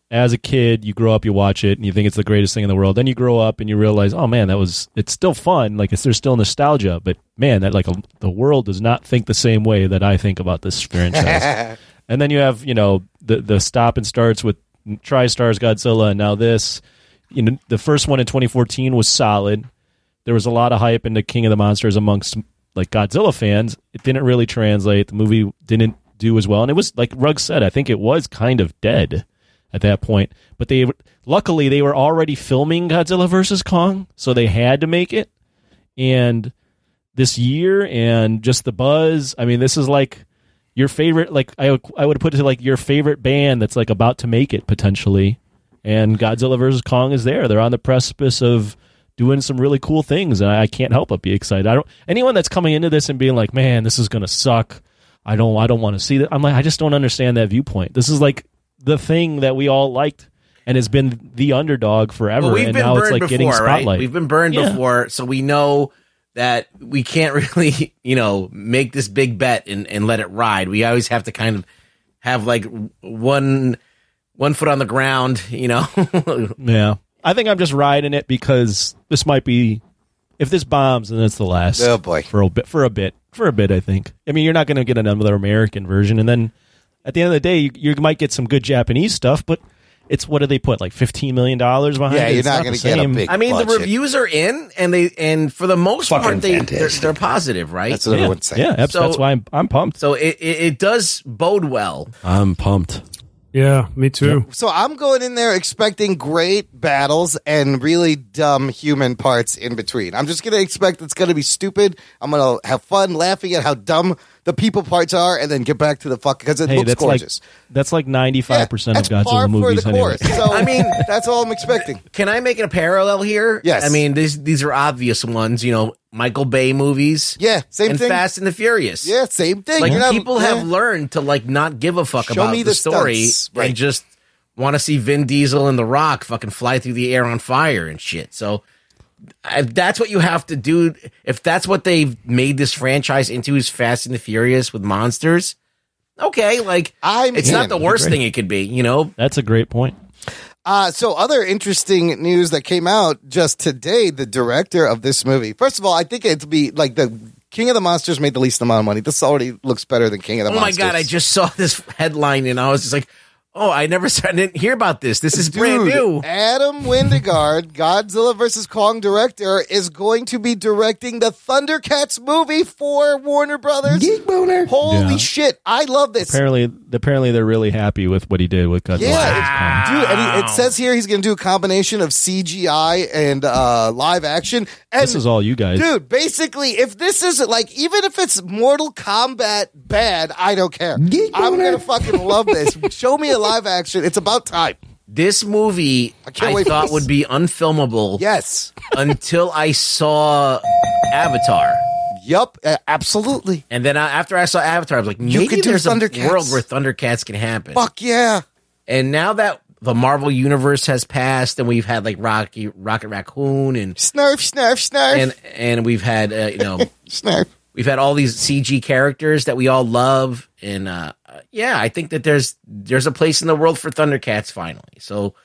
As a kid, you grow up, you watch it, and you think it's the greatest thing in the world. Then you grow up and you realize, oh man, that was it's still fun. Like it's, there's still nostalgia, but man, that like a, the world does not think the same way that I think about this franchise. And then you have, you know, the the stop and starts with TriStars, Godzilla, and now this. You know, the first one in 2014 was solid. There was a lot of hype into King of the Monsters amongst like Godzilla fans, it didn't really translate. The movie didn't do as well, and it was like Rugg said. I think it was kind of dead at that point. But they luckily they were already filming Godzilla versus Kong, so they had to make it. And this year, and just the buzz. I mean, this is like your favorite. Like I, would- I would put it to like your favorite band that's like about to make it potentially. And Godzilla versus Kong is there. They're on the precipice of doing some really cool things, and I I can't help but be excited. I don't anyone that's coming into this and being like, "Man, this is gonna suck." I don't, I don't want to see that. I'm like, I just don't understand that viewpoint. This is like the thing that we all liked and has been the underdog forever.
Well, we've
and
been
now
burned
it's like
before,
getting spotlight.
right? We've been burned
Yeah.
before, so we know that we can't really, you know, make this big bet and, and let it ride. We always have to kind of have like one one foot on the ground, you know.
yeah. I think I'm just riding it because this might be, if this bombs, then it's the last.
Oh, boy.
For a bit, for a bit, for a bit, I think. I mean, you're not going to get another American version. And then at the end of the day, you, you might get some good Japanese stuff, but it's what do they put? Like $15 million behind
Yeah,
it?
you're
It's
not
going
gonna
to
get a big-
I mean, the
Watch it.
reviews are in, and they and for the most part, they they're, they're positive, right?
That's what
Yeah,
everyone's saying.
yeah that's,
So-
that's why I'm, I'm pumped.
so it, it it does bode well.
I'm pumped.
Yeah, me too.
So I'm going in there expecting great battles and really dumb human parts in between. I'm just going to expect it's going to be stupid. I'm going to have fun laughing at how dumb the people parts are and then get back to the fuck because it
Hey,
looks
that's
gorgeous.
like that's like ninety
Yeah,
five percent of
that's par
Godzilla
for
movies.
the
anyway.
course. So
I
I
mean-
mean, that's all I'm expecting.
Can I make a parallel here?
Yes.
I mean, these these are obvious ones, you know, Michael Bay movies.
Yeah, same
and
thing.
Fast and the Furious.
Yeah, same thing.
Like
You're not-
people
yeah.
have learned to like not give a fuck
Show
about
me
the,
the
story
stunts. Right.
and just want to see Vin Diesel and The Rock fucking fly through the air on fire and shit. So if that's what you have to do, if that's what they've made this franchise into is Fast and the Furious with monsters, okay, like
I'm
it's
in.
not the worst thing it could be, you know.
That's a great point.
Uh, so, other interesting news that came out just today the director of this movie. First of all, I think it'd be like the King of the Monsters made the least amount of money. This already looks better than King of the
Oh my
Monsters.
god, I just saw this headline and I was just like, oh, I never saw, I didn't hear about this. This is brand
Dude,
new.
Adam Windegaard, Godzilla vs. Kong director, is going to be directing the Thundercats movie for Warner Brothers.
Geek boner.
Holy
Yeah.
shit. I love this.
Apparently, apparently they're really happy with what he did with Godzilla.
Yeah,
Wow.
dude. And he, it says here he's going to do a combination of CGI and uh, live action. And
This is all you guys.
Dude, basically, if this isn't like, even if it's Mortal Kombat bad, I don't care.
Geek
I'm
boner.
gonna fucking love this. Show me a live action. It's about time.
This movie
I can't
I,
wait for
thought
this.
would be unfilmable
Yes.
until I saw Avatar.
Yup. uh, absolutely.
And then I, after I saw Avatar, I was like, maybe
could do
there's a
Thundercats.
world where Thundercats can happen.
Fuck yeah.
And now that the Marvel universe has passed, and we've had like Rocky, Rocket Raccoon, and
Snarf, snarf, snarf,
and and we've had uh, you know
snarf.
we've had all these CG characters that we all love, and uh, uh, yeah, I think that there's there's a place in the world for Thundercats finally. So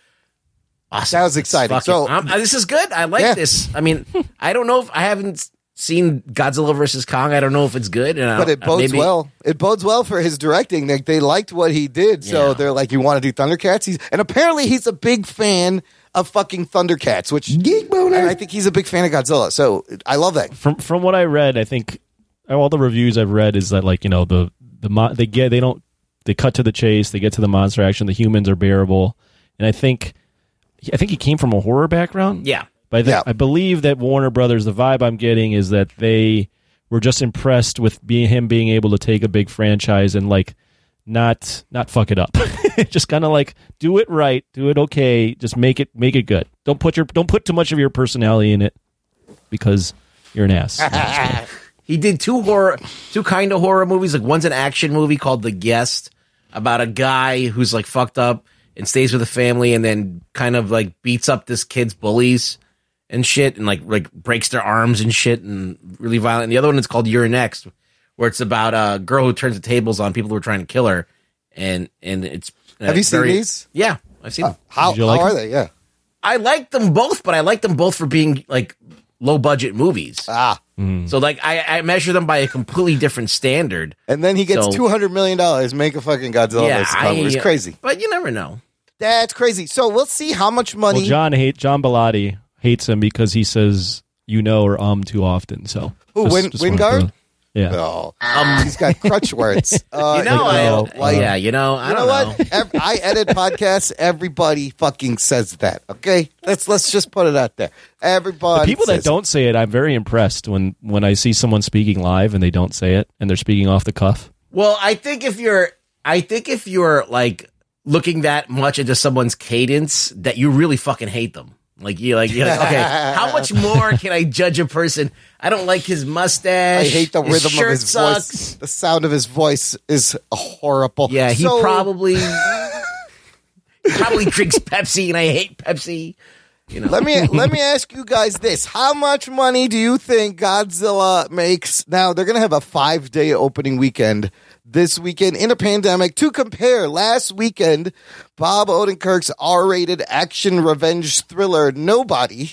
awesome!
That was exciting.
Fuck it.
So-
I'm- uh, this is good. I like
Yeah.
this. I mean, I don't know if I haven't s- seen Godzilla versus Kong. I don't know if it's good, and I
But
don't-
it bodes
uh, maybe-
well. It bodes well for his directing. Like they liked what he did, so
Yeah.
they're like, "You want to do Thundercats?" He's and apparently he's a big fan of fucking Thundercats, which
Geek boner.
and I think he's a big fan of Godzilla. So I love that.
From from what I read, I think uh, all the reviews I've read is that like you know the the mo- they get they don't they cut to the chase, they get to the monster action. The humans are bearable, and I think I think he came from a horror background.
Yeah.
But I, think,
Yeah.
I believe that Warner Brothers, the vibe I'm getting is that they were just impressed with being him being able to take a big franchise and like not not fuck it up. just kind of like do it right, do it okay, just make it make it good. Don't put your don't put too much of your personality in it because you're an ass.
He did two horror, two kind of horror movies. Like one's an action movie called The Guest, about a guy who's like fucked up and stays with a family, and then kind of like beats up this kid's bullies and shit, and like like breaks their arms and shit, and really violent. And the other one is called You're Next, where it's about a girl who turns the tables on people who are trying to kill her, and and it's uh,
Have you seen
very-
these?
Yeah, I've seen. them.
How,
Did you
how
like
are
him?
they? Yeah.
I like them both, but I like them both for being like low budget movies.
Ah.
So like I, I measure them by a completely different standard.
And then he gets
So-
two hundred million dollars. Make a fucking Godzilla
yeah,
versus Kong. It's
I-
crazy.
But you never know.
That's crazy. So we'll see how much money.
well, John hate John Bellotti hates him because he says you know or um too often. So
Who, Win-
wanted to-
Wingard?
Yeah.
No. Oh, He's got crutch words. Uh,
Um, you know, I,
like,
yeah, you know, I
you know
don't know.
what? Ev- I edit podcasts. Everybody fucking says that. Okay, let's let's just put it out there. Everybody.
People that
says
don't say it, I'm very impressed when when I see someone speaking live and they don't say it and they're speaking off the cuff.
Well, I think if you're, I think if you're like looking that much into someone's cadence, that you really fucking hate them. Like you, like you're like, okay, how much more can I judge a person? I don't like his
I
mustache.
hate the rhythm
shirt
of his voice. The sound of his voice is horrible.
Yeah, he
So-
probably he probably drinks Pepsi, and I hate Pepsi. You know,
Let me let me ask you guys this: How much money do you think Godzilla makes? Now they're gonna have a five day opening weekend this weekend in a pandemic. To compare, last weekend Bob Odenkirk's R rated action revenge thriller Nobody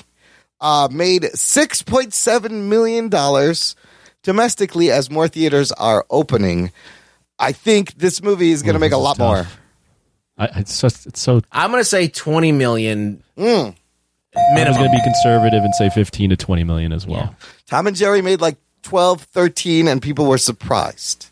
uh, made six point seven million dollars domestically as more theaters are opening. I think this movie is gonna make a lot
tough.
more.
I, it's just it's so
I'm gonna say 20 million
I was
minimum.
going to be conservative and say 15 to 20 million as well.
Tom and Jerry made like 12, 13, and people were surprised.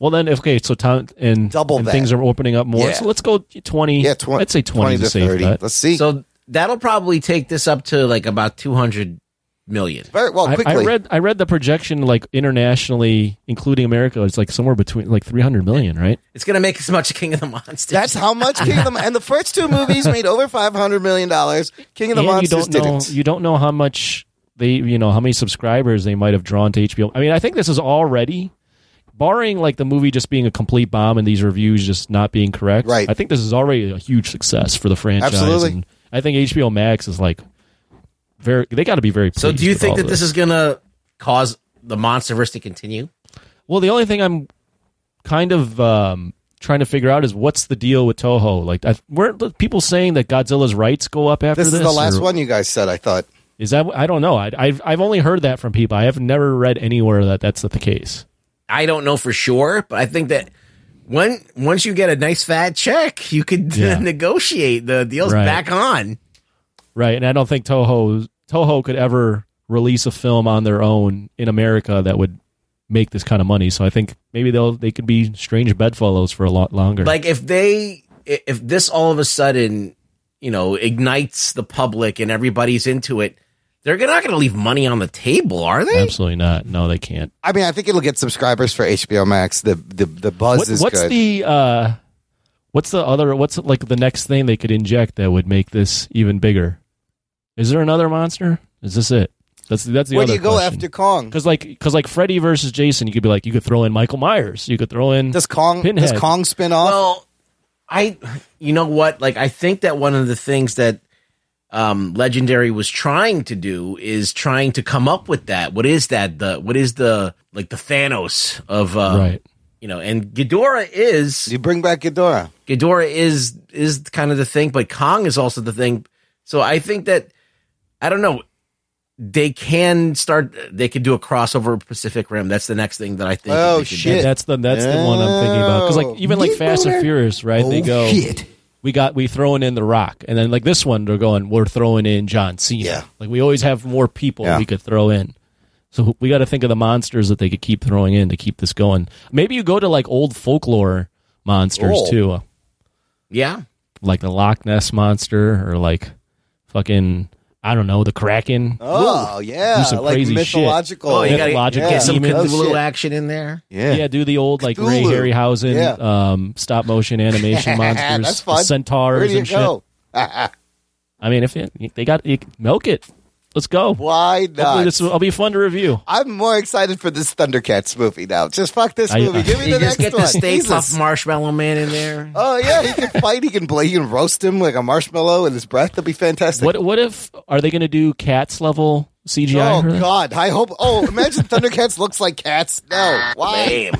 Well, then if- okay, so time and,
Double
and
that.
things are opening up more.
Yeah.
So let's go 20.
Yeah, twenty.
I'd say 20, to, save that.
Let's see. So,
So that'll probably take this up to like about 200 million.
Very well.
I,
Quickly,
I read I read the projection like internationally, including America, it's like somewhere between like 300 million, right?
It's gonna make as much King of the Monsters.
that's how much King of the and the first two movies made over five hundred million dollars. King of the
and you
Monsters
don't know
didn't.
you don't know how much they you know how many subscribers they might have drawn to HBO. I mean, I think this is already barring like the movie just being a complete bomb and these reviews just not being correct.
Right.
I think this is already a huge success for the franchise.
Absolutely.
and I think HBO Max is like very they got to be very
so
pleased
do you
with all
think that this
this
is gonna cause the Monsterverse to continue?
Well, the only thing I'm kind of um, trying to figure out is what's the deal with Toho? Like, I, weren't the people saying that Godzilla's rights go up after
this
this?
is the last
or
one you guys said. I thought.
Is that? I don't know. I, I've I've only heard that from people. I have never read anywhere that that's the case.
I don't know for sure, but I think that when once you get a nice fat check, you could
Yeah.
negotiate the deals
Right.
back on.
Right, and I don't think Toho Toho could ever release a film on their own in America that would make this kind of money. So I think maybe they'll they could be strange bedfellows for a lot longer.
Like if they i- if this all of a sudden, you know, ignites the public and everybody's into it, they're not going to leave money on the table, are they?
Absolutely not. No, they can't.
I mean, I think it'll get subscribers for HBO Max. The the the buzz
What-
is
what's
good.
the uh, what's the other what's like the next thing they could inject that would make this even bigger? Is there another monster? Is this it? That's that's the
when
other
you go
question.
after Kong,
Because like, because like Freddy versus Jason, you could be like, you could throw in Michael Myers, you could throw in
does Kong
Pinhead.
does Kong spin off?
Well, I, you know what? Like, I think that one of the things that um, Legendary was trying to do is trying to come up with that. What is that? The what is the like the Thanos of uh,
right.
You know, and Ghidorah is
you bring back Ghidorah.
Ghidorah is is kind of the thing, but Kong is also the thing. So I think that I don't know. They can start. They could do a crossover with Pacific Rim. That's the next thing that I think. that
Oh,
they should do.
Shit.
That's the that's the one I'm thinking about. Because
Oh.
like even like Fast and Furious, right? they go, we got we throwing in The Rock, and then like this one, they're going, we're throwing in John Cena.
Yeah.
Like we always have more people
Yeah.
we could throw in. So we got to think of the monsters that they could keep throwing in to keep this going. Maybe you go to like old folklore monsters
Oh.
too,
Yeah.
like the Loch Ness monster or like fucking I don't know the Kraken.
Oh yeah,
do some
like
crazy shit.
mythological.
Oh, you gotta
Mythological
get some
demon.
Oh,
Cthulhu
shit.
action in there.
Yeah.
Yeah, do the old like Ray
Cthulhu.
Harryhausen
Yeah.
um, stop motion animation monsters,
that's fun.
the centaurs
Where do you
and
go?
shit. I mean, if it, they got you, milk it, let's go.
Why
Hopefully
not?
this will be fun to review.
I'm more excited for this Thundercats movie now. Just fuck this
I-
movie. Give me
You
the
just
next
get
one.
the Stay
Jesus.
Puft Marshmallow Man in there.
Oh yeah, he can fight. He can blade. You can roast him like a marshmallow with his breath. That'd be fantastic.
What what if are they going to do cats level CGI?
oh
for that?
God, I hope. Oh, imagine Thundercats looks like cats.
Ah,
No, why?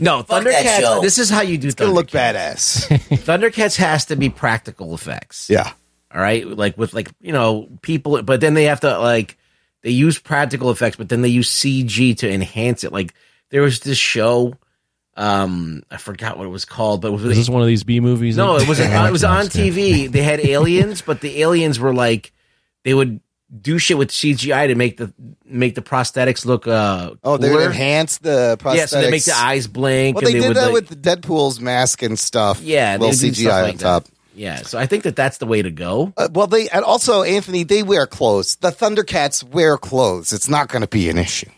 No,
that show.
Thundercats. This is how you do
Gonna
Thundercats.
look badass.
Thundercats has to be practical effects.
yeah,
All right, like with like you know people, but then they have to like they use practical effects, but then they use CG to enhance it. Like there was this show, um, I forgot what it was called, but it was
Is this one of these B movies?
No,
Like-
it was it was on TV. They had aliens, but the aliens were like they would do shit with CGI to make the make the prosthetics look uh
Oh, they
cooler.
would enhance the prosthetics.
Yeah, so they make the eyes blink.
Well,
and
they, did
would,
that
like-
with Deadpool's mask and stuff.
yeah, they
little
would
CGI
do stuff
on
like that.
top.
Yeah, so I think that that's the way to go.
Uh, well, they and also Anthony, they wear clothes. The Thundercats wear clothes. It's not going to be an issue.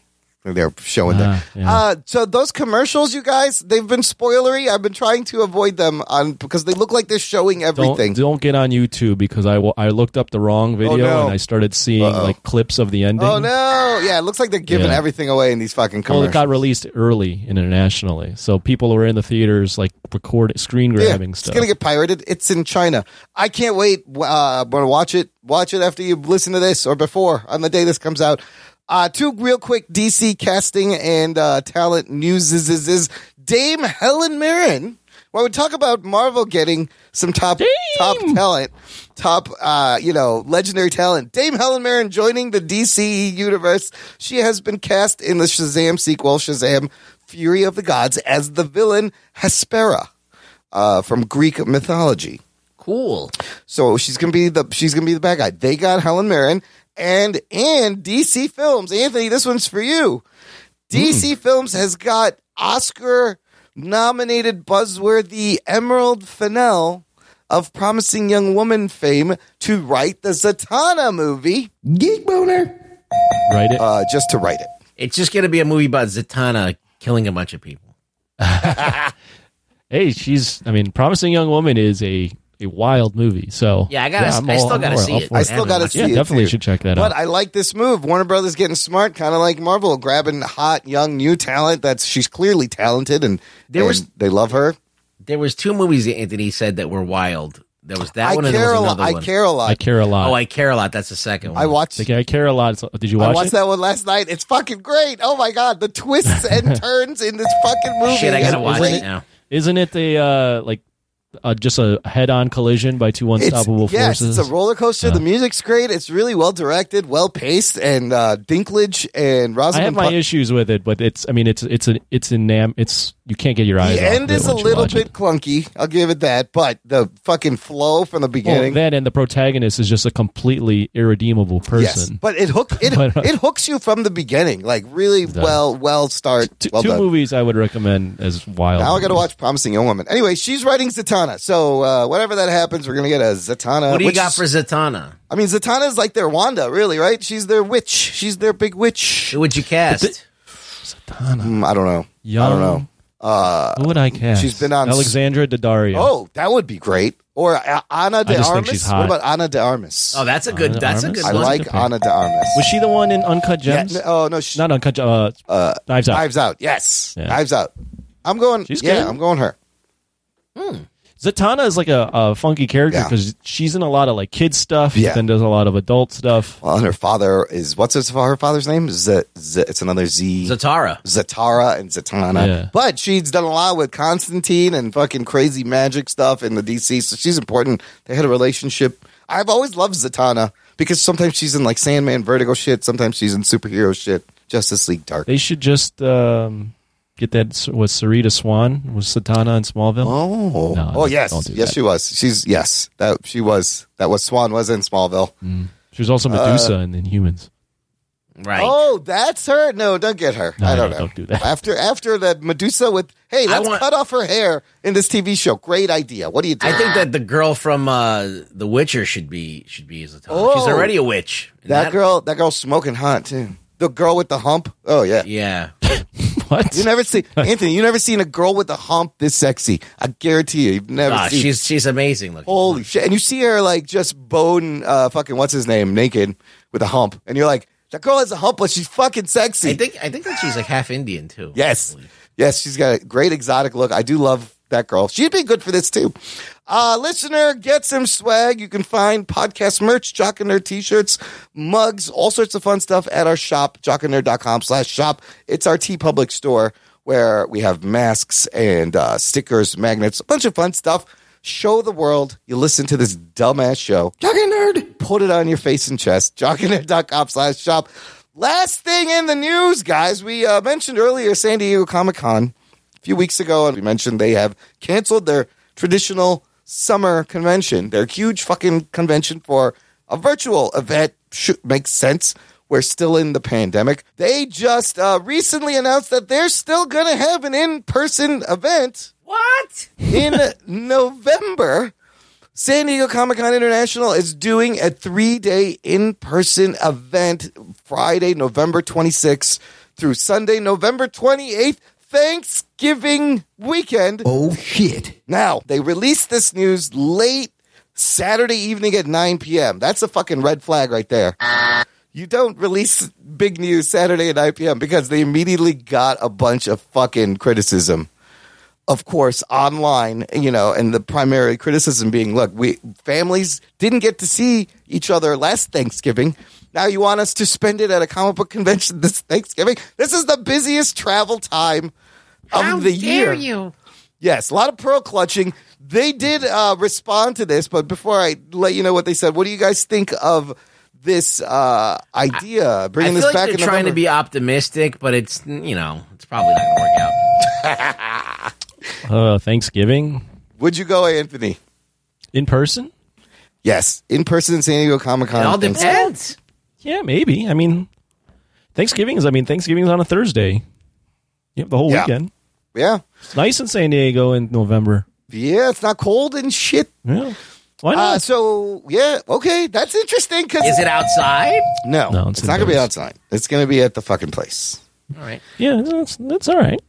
They're showing that.
Ah, yeah.
Uh, so those commercials, you guys, they've been spoilery. I've been trying to avoid them on because they look like they're showing
Don't,
everything. Oh,
don't get on YouTube because I wa- I looked up the wrong video
no.
and I started seeing like clips of the ending.
oh no! Yeah, it looks like they're giving
Yeah.
everything away in these fucking
Well,
commercials.
it got released early internationally, so people were in the theaters like record screen
Yeah,
grabbing
it's
stuff.
gonna get pirated. It's in China. I can't wait. Uh, want to watch it? Watch it after you listen to this or before on the day this comes out. Uh, two real quick DC casting and uh, talent news is, is, is Dame Helen Mirren. Well, we talk about Marvel getting some top top talent, top uh, you know legendary talent. Dame Helen Mirren joining the DC universe. She has been cast in the Shazam sequel, Shazam: Fury of the Gods, as the villain Hespera uh, from Greek mythology.
Cool.
So she's gonna be the she's gonna be the bad guy. They got Helen Mirren and and DC Films. Anthony, this one's for you. DC Films has got Oscar nominated buzzworthy Emerald Fennell of Promising Young Woman fame to write the Zatanna movie.
Geek boner.
right? It.
Uh, just to write it.
It's just gonna be a movie about Zatanna killing a bunch of people.
hey, she's. I mean, promising young woman is a a wild movie. So
Yeah, I gotta-
I'm
I still gotta
all
see
up
it.
for
I still gotta
Yeah,
see
Yeah,
it.
definitely
too.
should check that
But
out.
I like this move. Warner Brothers getting smart, kind of like Marvel, grabbing hot young new talent. That's she's clearly talented, and,
There
and
was-
they love her.
There was two movies that Anthony said that were wild. There was that
I
one and there
care a
was
lot.
another
I
one.
care a lot.
I
I,
care a lot.
Oh, I care a lot. That's the second one.
watched.
Like, I care a lot. So- Did you watch
I watched
it?
that one last night. It's fucking great. Oh my god, the twists and turns in this fucking movie.
Shit, I gotta
is uh,
watch
great.
it now.
Isn't it the uh, like uh, just a head-on collision by two
It's,
unstoppable
yes,
forces?
it's a roller coaster. The music's great. It's really well directed, well paced, and uh, Dinklage and
I have
Rosamund.
my
Pike-
issues with it, but it's. I mean, it's it's an it's enam. It's you can't get your eyes.
the
off
end
of it
is a
once you
little
watch
bit
it.
clunky. I'll give it that, but the fucking flow from the
Well,
beginning.
that and the protagonist is just a completely irredeemable person.
Yes, but it hook it
But, uh,
it hooks you from the beginning, like really well well start.
T-
well
two
done.
movies I would recommend as wild.
Now I got to
movies.
watch Promising Young Woman. Anyway, she's writing Zatanna, so uh, whatever that happens, we're gonna get a Zatanna.
What do you
which
got
is-
for Zatanna?
I mean, Zatanna is like their Wanda, really, right? She's their witch. She's their big witch.
Who would you cast?
Mm, I don't know.
Young.
I don't know. Uh,
Who would I cast?
she's been on s-
Alexandra Daddario.
Oh, that would be great. Or uh, Anna de
just think
Armas.
she's
What
hot.
about Anna de Armas?
oh, that's a good.
Anna
that's
Armas?
a good.
I
one.
like
good pick.
Anna de Armas.
was she the one in Uncut Gems?
Yeah, oh no, she,
Not Uncut Gems. Uh, Knives Out.
Knives Out. Yes,
Yeah.
Knives Out. I'm going.
She's
yeah,
good.
I'm going her.
Zatanna is like a, a funky character
Yeah.
because she's in a lot of like kids stuff,
Yeah.
yeah. then does a lot of adult stuff.
Well, and her father is what's his her father's name? Z, Z it's another Z.
Zatara.
Zatara and Zatanna.
Yeah.
But she's done a lot with Constantine and fucking crazy magic stuff in the DC, so she's important. They had a relationship. I've always loved Zatanna because sometimes she's in like Sandman Vertigo shit, sometimes she's in superhero shit, Justice League Dark.
They should just um, get that. s- Was Sarita Swan? Was Zatanna in Smallville?
Oh,
No,
oh
don't-
yes,
don't do
yes,
that.
she was. She's yes, that she was. That was Swan was in Smallville.
She was
uh,
also Medusa in Inhumans.
Right.
Oh, that's her. No, don't get her.
No,
I don't
no,
know.
don't do that.
After after that Medusa with hey, let's
want-
cut off her hair in this TV show. Great idea. What do you do?
I think that the girl from uh, The Witcher should be should be Zatanna. She's
Oh.
already a witch. And
That, girl, that girl's smoking hot too. The girl with the hump. Oh yeah.
Yeah.
What?
You never see Anthony. You never seen a girl with a hump this sexy. I guarantee you, you've never
Ah,
seen.
she's she's amazing looking.
holy shit! And you see her like just bone, uh, fucking what's his name, naked with a hump, and you're like, that girl has a hump, but she's fucking sexy.
I think I think that she's like half Indian too.
Yes. Yes, she's got a great exotic look. I do love that girl. She'd be good for this too. Uh, listener, get some swag. You can find podcast merch, Jock and Nerd t-shirts, mugs, all sorts of fun stuff at our shop, jockandnerd.com slash shop. It's our T Public store where we have masks and uh, stickers, magnets, a bunch of fun stuff. Show the world you listen to this dumbass show
Talking nerd.
put it on your face and chest. Jockandnerd.com slash shop. Last thing in the news, guys. We uh, mentioned earlier San Diego Comic Con a few weeks ago, and we mentioned they have canceled their traditional summer convention, their huge fucking convention for A virtual event should make sense. We're still in the pandemic. They just uh, recently announced that they're still going to have an in person event
What?
in November, San Diego Comic Con International is doing a three day in person event Friday, November 26th through Sunday, November 28th, Thanksgiving weekend.
Oh shit.
Now, they released this news late Saturday evening at 9 p.m. That's a fucking red flag right there. You don't release big news Saturday at 9 p.m. because they immediately got a bunch of fucking criticism. Of course, online, you know, and the primary criticism being, look, we families didn't get to see each other last Thanksgiving. Now you want us to spend it at a comic book convention this Thanksgiving? This is the busiest travel time of the year.
you?
Yes, a lot of pearl clutching. They did uh, respond to this, but before I let you know what they said, what do you guys think of this uh, idea?
I
bringing
feel
this
like
back
they're
in
trying to
November?
be optimistic, but it's you know it's probably not gonna work out.
Uh, Thanksgiving
Would you go, Anthony?
in person?
Yes, in person in San Diego Comic
It all
Con. Thanks-
depends.
Yeah, maybe. I mean, Thanksgiving is. I mean, Thanksgiving is on a Thursday. You have the whole
Yeah.
weekend.
Yeah,
It's nice in San Diego in November.
yeah, it's not cold and shit.
Yeah. Why
Uh,
not?
so yeah, okay, that's interesting. Because
Is it outside?
no,
No,
it's,
it's
not gonna be
indoors.
outside. It's gonna be at the fucking place.
All right.
yeah, that's, that's all right.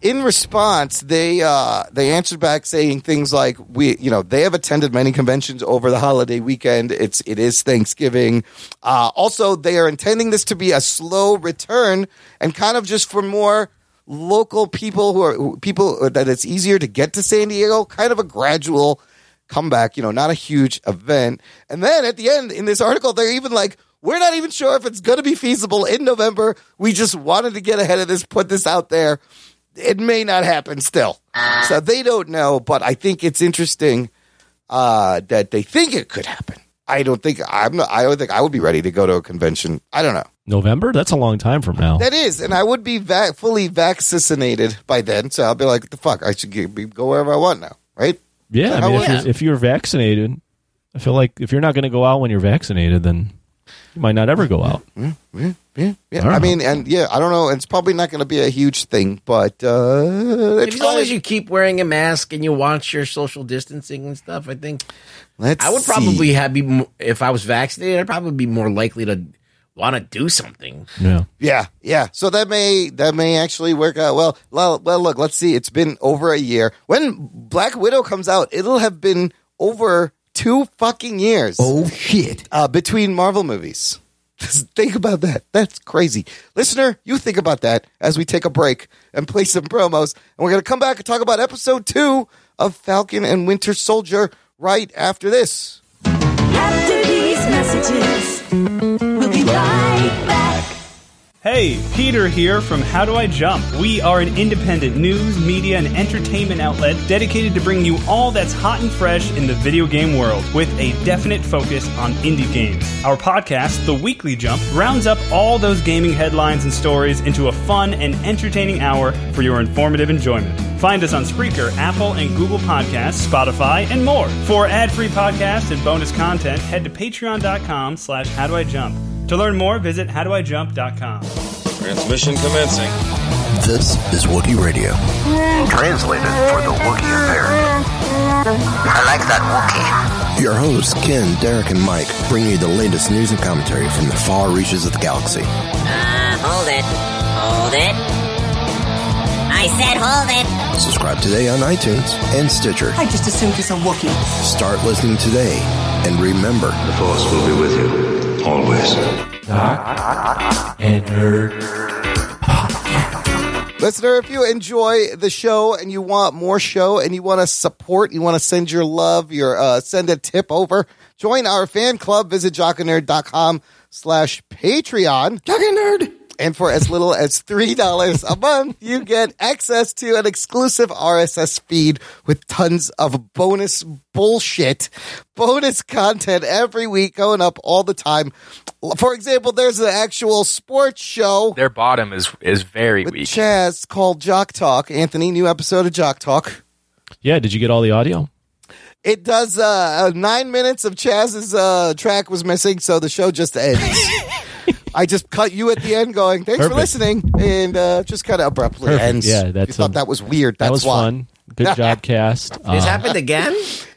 in response, they uh, they answered back saying things like, "We, you know, they have attended many conventions over the holiday weekend. It's it is Thanksgiving. Uh, also, they are intending this to be a slow return and kind of just for more local people who are who- people that it's easier to get to San Diego. Kind of a gradual comeback. You know, not a huge event. And then at the end in this article, they're even like. We're not even sure if it's going to be feasible in November. We just wanted to get ahead of this, put this out there it may not happen still. So they don't know, but I think it's interesting uh, that they think it could happen. I don't think I'm. Not, I don't think I would be ready to go to a convention. I don't know.
November? That's a long time from now.
That is, and I would be vac- fully vaccinated by then. So I'll be like, the fuck, I should get, be, go wherever I want now, right?
yeah,
How
I mean, if
was
you're, if you're vaccinated, I feel like if you're not going to go out when you're vaccinated, then you might not ever go out.
Yeah, yeah.
don't
I,
know.
mean, and yeah, I don't know. It's probably not going to be a huge thing, but uh,
If as long as you keep wearing a mask and you watch your social distancing and stuff, I think
let's
I would
see.
probably have be mo- if I was vaccinated. I'd probably be more likely to want to do something.
Yeah.
Yeah, yeah. So that may that may actually work out well. Well, well, look, let's see. It's been over a year. When Black Widow comes out, it'll have been over two fucking years
Oh shit.
uh, between Marvel movies. Just think about that. That's crazy, listener. You think about that as we take a break and play some promos, and we're gonna come back and talk about episode two of Falcon and Winter Soldier right after this.
After these messages, we'll be right back.
Hey, Peter here from How Do I Jump? We are an independent news, media, and entertainment outlet dedicated to bring you all that's hot and fresh in the video game world with a definite focus on indie games. Our podcast, The Weekly Jump, rounds up all those gaming headlines and stories into a fun and entertaining hour for your informative enjoyment. Find us on Spreaker, Apple and Google Podcasts, Spotify, and more. For ad-free podcasts and bonus content, head to patreon.com slash how do I jump. To learn more, visit howdoijump.com.
Transmission commencing.
This is Wookiee Radio.
Mm, Translated for the Wookiee impaired. I like that Wookiee.
Your hosts, Ken, Derek, and Mike, bring you the latest news and commentary from the far reaches of the galaxy.
Uh, hold it. Hold it. I said hold it.
Subscribe today on iTunes and Stitcher.
I just assumed it's a Wookiee.
Start listening today. And remember,
The Force will be with you, always.
Listener, if you enjoy the show and you want more show and you want to support, you want to send your love, your uh, send a tip over, join our fan club. Visit jockanerd.com slash Patreon. Jockanerd! And for as little as $3 a month, you get access to an exclusive RSS feed with tons of bonus bullshit, bonus content every week going up all the time. For example, there's an actual sports show
Their bottom is is very
with
weak.
Chaz called Jock Talk. Anthony, new episode of Jock Talk.
Yeah. Did you get all the audio?
It does uh, uh, nine minutes of Chaz's uh, track was missing, so the show just ends. I just cut you at the end, going, "Thanks for
Perfect.
listening," and uh, just kind of abruptly
Perfect.
ends.
Yeah, that's
you thought
a-
that was weird. That's
that was
why.
fun. Good job, cast.
This
Uh,
happened again?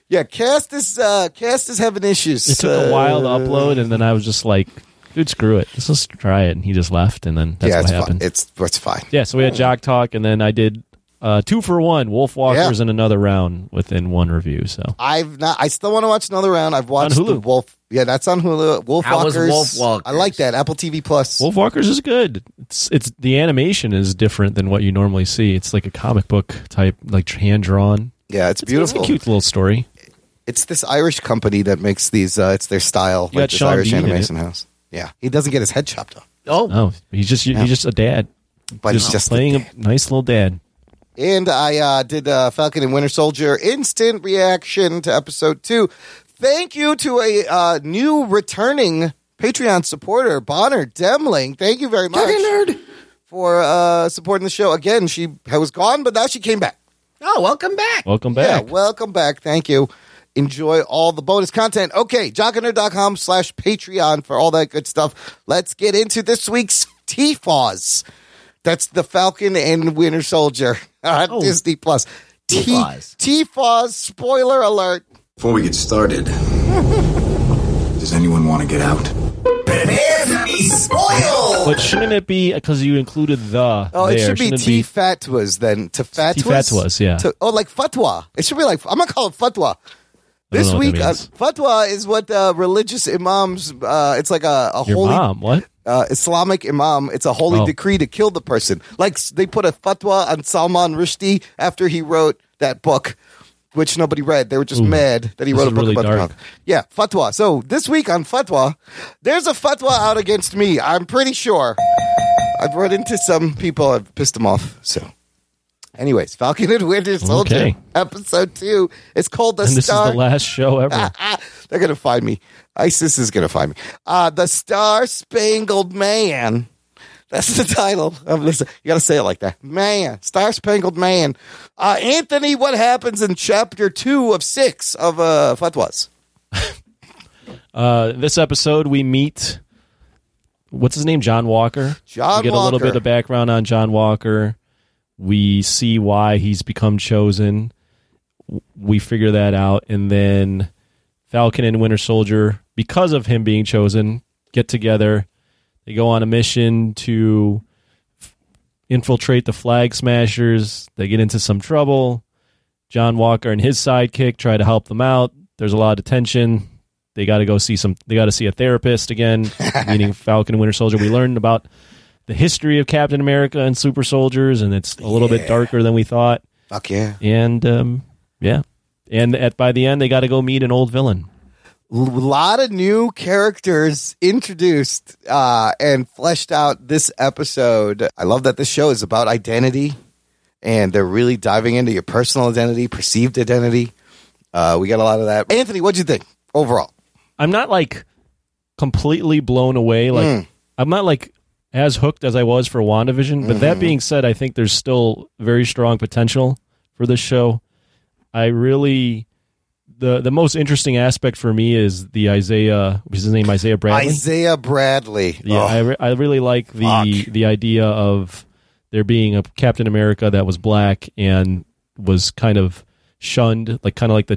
Yeah, cast is uh, cast is having issues.
It took a while to upload, and then I was just like, "Dude, screw it. Let's just try it." And he just left, and then that's
yeah,
what
it's
happened.
fine. It's it's fine.
Yeah, so we had Jock Talk, and then I did uh, two for one Wolf Walkers
Yeah.
and another round within one review. So
I've not. I still want to watch another round. I've watched
Hulu.
the Wolf. Yeah, that's on Hulu. Wolf
How was
Walkers.
Wolf Walkers?
I like that Apple TV Plus.
Wolf Walkers is good. It's it's the animation is different than what you normally see. It's like a comic book type, like hand drawn.
Yeah, it's beautiful.
It's a cute little story.
It's this Irish company that makes these. Uh, it's their style,
You
like
got
this
Sean
Irish
Bean in
animation
it.
house. Yeah, he doesn't get his head chopped off,
Oh,
Oh, he's just he's just a dad,
but he's just
playing
the
a nice little dad.
And I uh, did uh, Falcon and Winter Soldier instant reaction to episode two. Thank you to a uh, new returning Patreon supporter, Bonner Demling. Thank you very much for uh, supporting the show. Again, she was gone, but now she came back.
Oh, welcome back.
Welcome back.
Yeah, welcome back. Thank you. Enjoy all the bonus content. Okay, jockandnerd.com slash Patreon for all that good stuff. Let's get into this week's T-Faws. That's the Falcon and Winter Soldier on
Oh.
Disney Plus. T-
T-Faws.
T-Faws, spoiler alert.
Before we get started, does anyone want to get out?
But shouldn't it be because you included the?
Oh, it
there,
should be
shouldn't
T fatwas then. To fatwas.
fatwas, yeah.
To- oh, like fatwa. It should be like I'm gonna call it fatwa.
I don't
This
know what that
week, uh,
means.
fatwa is what uh, religious imams. Uh, it's like a, a
Your
holy
mom. What?
uh, Islamic imam. It's a holy
Oh.
decree to kill the person. Like s- they put a fatwa on Salman Rushdie after he wrote that book, which nobody read. They were just mad that he
this
wrote a
is
book
really
about
dark.
the Quran. Yeah, fatwa. So this week on fatwa, there's a fatwa out against me. I'm pretty sure. I've run into some people. I've pissed them off. So. Anyways, Falcon and Winter Soldier,
Okay.
episode two. It's called the
And this
Star
is the last show ever.
Ah, they're gonna find me. ISIS is gonna find me. Uh, the Star Spangled Man. That's the title of this. You gotta say it like that, man. Star Spangled Man. Uh, Anthony, what happens in chapter two of six of uh, fatwas?
Uh, this episode, we meet what's his name, John Walker.
John
we get a
Walker.
little bit of background on John Walker. We see why he's become chosen. W- We figure that out, and then Falcon and Winter Soldier, because of him being chosen, get together. They go on a mission to f- infiltrate the Flag Smashers. They get into some trouble. John Walker and his sidekick try to help them out. There's a lot of tension. They got to go see some. They got to see a therapist again. meaning Falcon and Winter Soldier. We learned about the history of Captain America and Super Soldiers, and it's a little bit darker than we thought.
Fuck yeah.
And um, yeah, and at by the end, they got to go meet an old villain.
a lot of new characters introduced uh, and fleshed out this episode. I love that this show is about identity, and they're really diving into your personal identity, perceived identity. Uh, we got a lot of that. Anthony, what'd you think overall?
I'm not like completely blown away. Like
Hmm.
I'm not like as hooked as I was for WandaVision. But
Mm-hmm.
that being said, I think there's still very strong potential for this show. I really the the most interesting aspect for me is the Isaiah was his name Isaiah Bradley.
Isaiah Bradley.
Yeah, I,
Oh,
re- I really like the
fuck.
the idea of there being a Captain America that was black and was kind of shunned, like kind of like the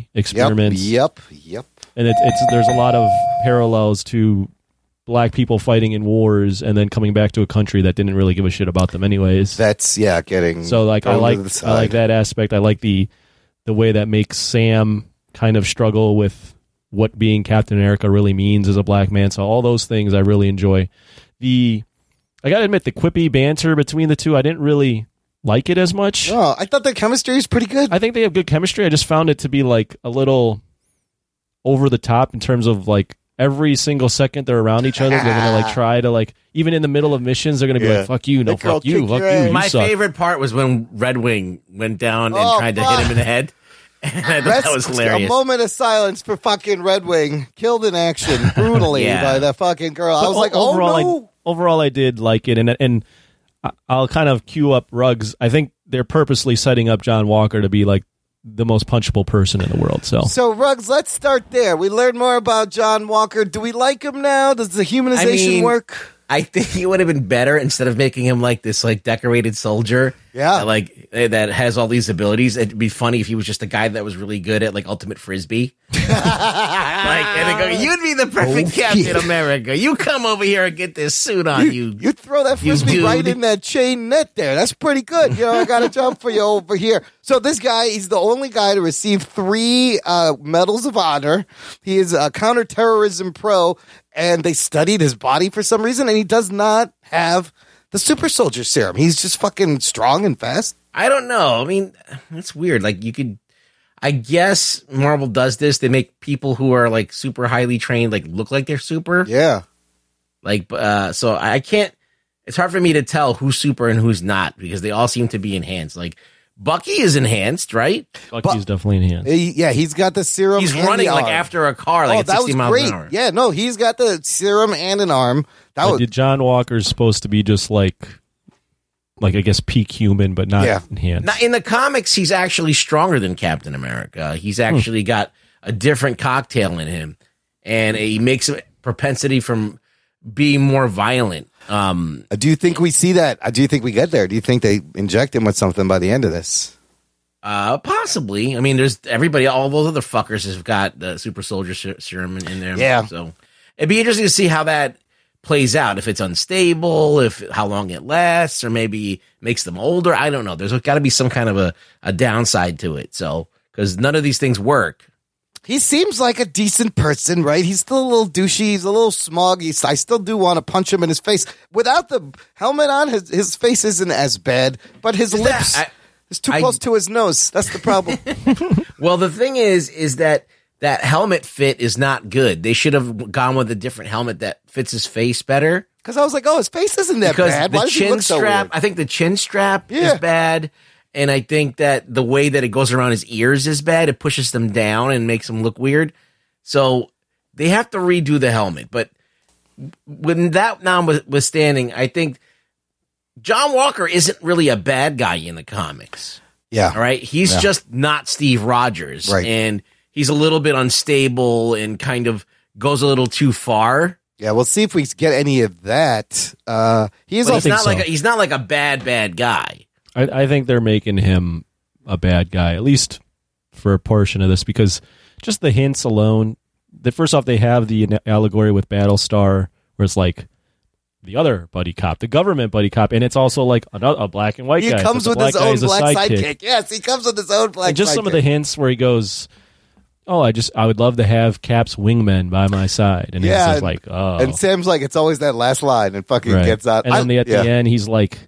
Oh, yep,
experiments
yep, yep.
and it, it's there's a lot of parallels to black people fighting in wars and then coming back to a country that didn't really give a shit about them anyways.
That's yeah, getting
so like
thrown
I
to
like
the
I
side.
like that aspect. I like the the way that makes Sam kind of struggle with what being Captain America really means as a black man. So all those things I really enjoy. The I gotta admit the quippy banter between the two I didn't really like it as much.
Oh, I thought the chemistry was pretty good.
I think they have good chemistry. I just found it to be like a little over the top in terms of like every single second they're around each other, they're gonna like try to like even in the middle of missions, they're gonna be
Yeah.
like, "Fuck you, no,
That girl
fuck you,
kicked
fuck
your
you,
ass.
you
My
suck."
favorite part was when Red Wing went down and
Oh,
tried to
fuck.
hit him in the head. And I thought that was
Rest- A
hilarious.
moment of silence for fucking Red Wing, killed in action brutally
Yeah.
by the fucking girl. I
But
was
o-
like,
overall,
oh no.
I, overall, I did like it, and and I- I'll kind of cue up rugs. I think they're purposely setting up John Walker to be like the most punchable person in the world. So,
So Ruggs, let's start there. We learn more about John Walker. Do we like him now? Does the humanization work?
I think it would have been better instead of making him like this like decorated soldier.
Yeah.
that, like eh, that has all these abilities. It'd be funny if he was just a guy that was really good at like ultimate frisbee. like and they go, you'd be the perfect Captain America. You come over here and get this suit on you.
You throw that
You
frisbee right
dude.
in that chain net there. That's pretty good. You know, I got a job for you over here. So this guy, he's the only guy to receive three uh, medals of honor. He is a counterterrorism pro, and they studied his body for some reason, and he does not have the super soldier serum. He's just fucking strong and fast.
I don't know. I mean, that's weird. Like you could, I guess Marvel does this. They make people who are like super highly trained like look like they're super.
Yeah.
Like uh, so, I can't. It's hard for me to tell who's super and who's not because they all seem to be enhanced. Like Bucky is enhanced, right?
Bucky's definitely in hand.
He- yeah, he's got the serum.
He's
Oh, and the
running like
arm.
after a car, like
oh,
at
that
sixty
was
miles
great.
an hour.
Yeah, no, he's got the serum and an arm. That was
Like, John Walker's supposed to be just like, like I guess peak human, but not
Yeah.
in hand.
Now, in the comics, he's actually stronger than Captain America. He's actually got a different cocktail in him, and he makes a propensity from being more violent. Um,
I do think we see that. I do think we get there. Do you think they inject him with something by the end of this?
uh, possibly. I mean, there's everybody. All those other fuckers have got the super soldier ser- serum in, in there.
Yeah.
So it'd be interesting to see how that plays out. If it's unstable, if how long it lasts, or maybe makes them older. I don't know. There's got to be some kind of a a downside to it. So because none of these things work.
He seems like a decent person, right? He's still a little douchey. He's a little smog. He's, I still do want to punch him in his face. Without the helmet on, his, his face isn't as bad, but his
Is that-
lips
I-
is too
I-
close to his nose. That's the problem.
Well, the thing is, is that that helmet fit is not good. They should have gone with a different helmet that fits his face better.
Because I was like, oh, his face isn't that
Because
bad.
the
Why does he
chin
look so
strap,
weird?
I think the chin strap
Yeah.
is bad, and I think that the way that it goes around his ears is bad. It pushes them down and makes them look weird. So they have to redo the helmet. But when that notwithstanding, I think John Walker isn't really a bad guy in the comics.
Yeah.
All right. He's
Yeah.
just not Steve Rogers.
Right.
And he's a little bit unstable and kind of goes a little too far.
Yeah, we'll see if we get any of that. Uh, he is
But he's
also
not like a,
so.
he's not like a bad bad guy.
I, I think they're making him a bad guy, at least for a portion of this, because just the hints alone. The first off, they have the an- allegory with Battlestar, where it's like the other buddy cop, the government buddy cop, and it's also like another a black and white
he
guy. so
comes
the
with his
black guy
own
is a
black sidekick. Yes, he comes with his own black
and just some of
sidekick.
the hints where he goes, "Oh, I just I would love to have Cap's wingmen by my side," and
Yeah,
it's just
and-
like, "Oh."
And Sam's like, it's always that last line, and fucking
Right.
gets out.
And then
I-
the- at
yeah.
the end, he's like,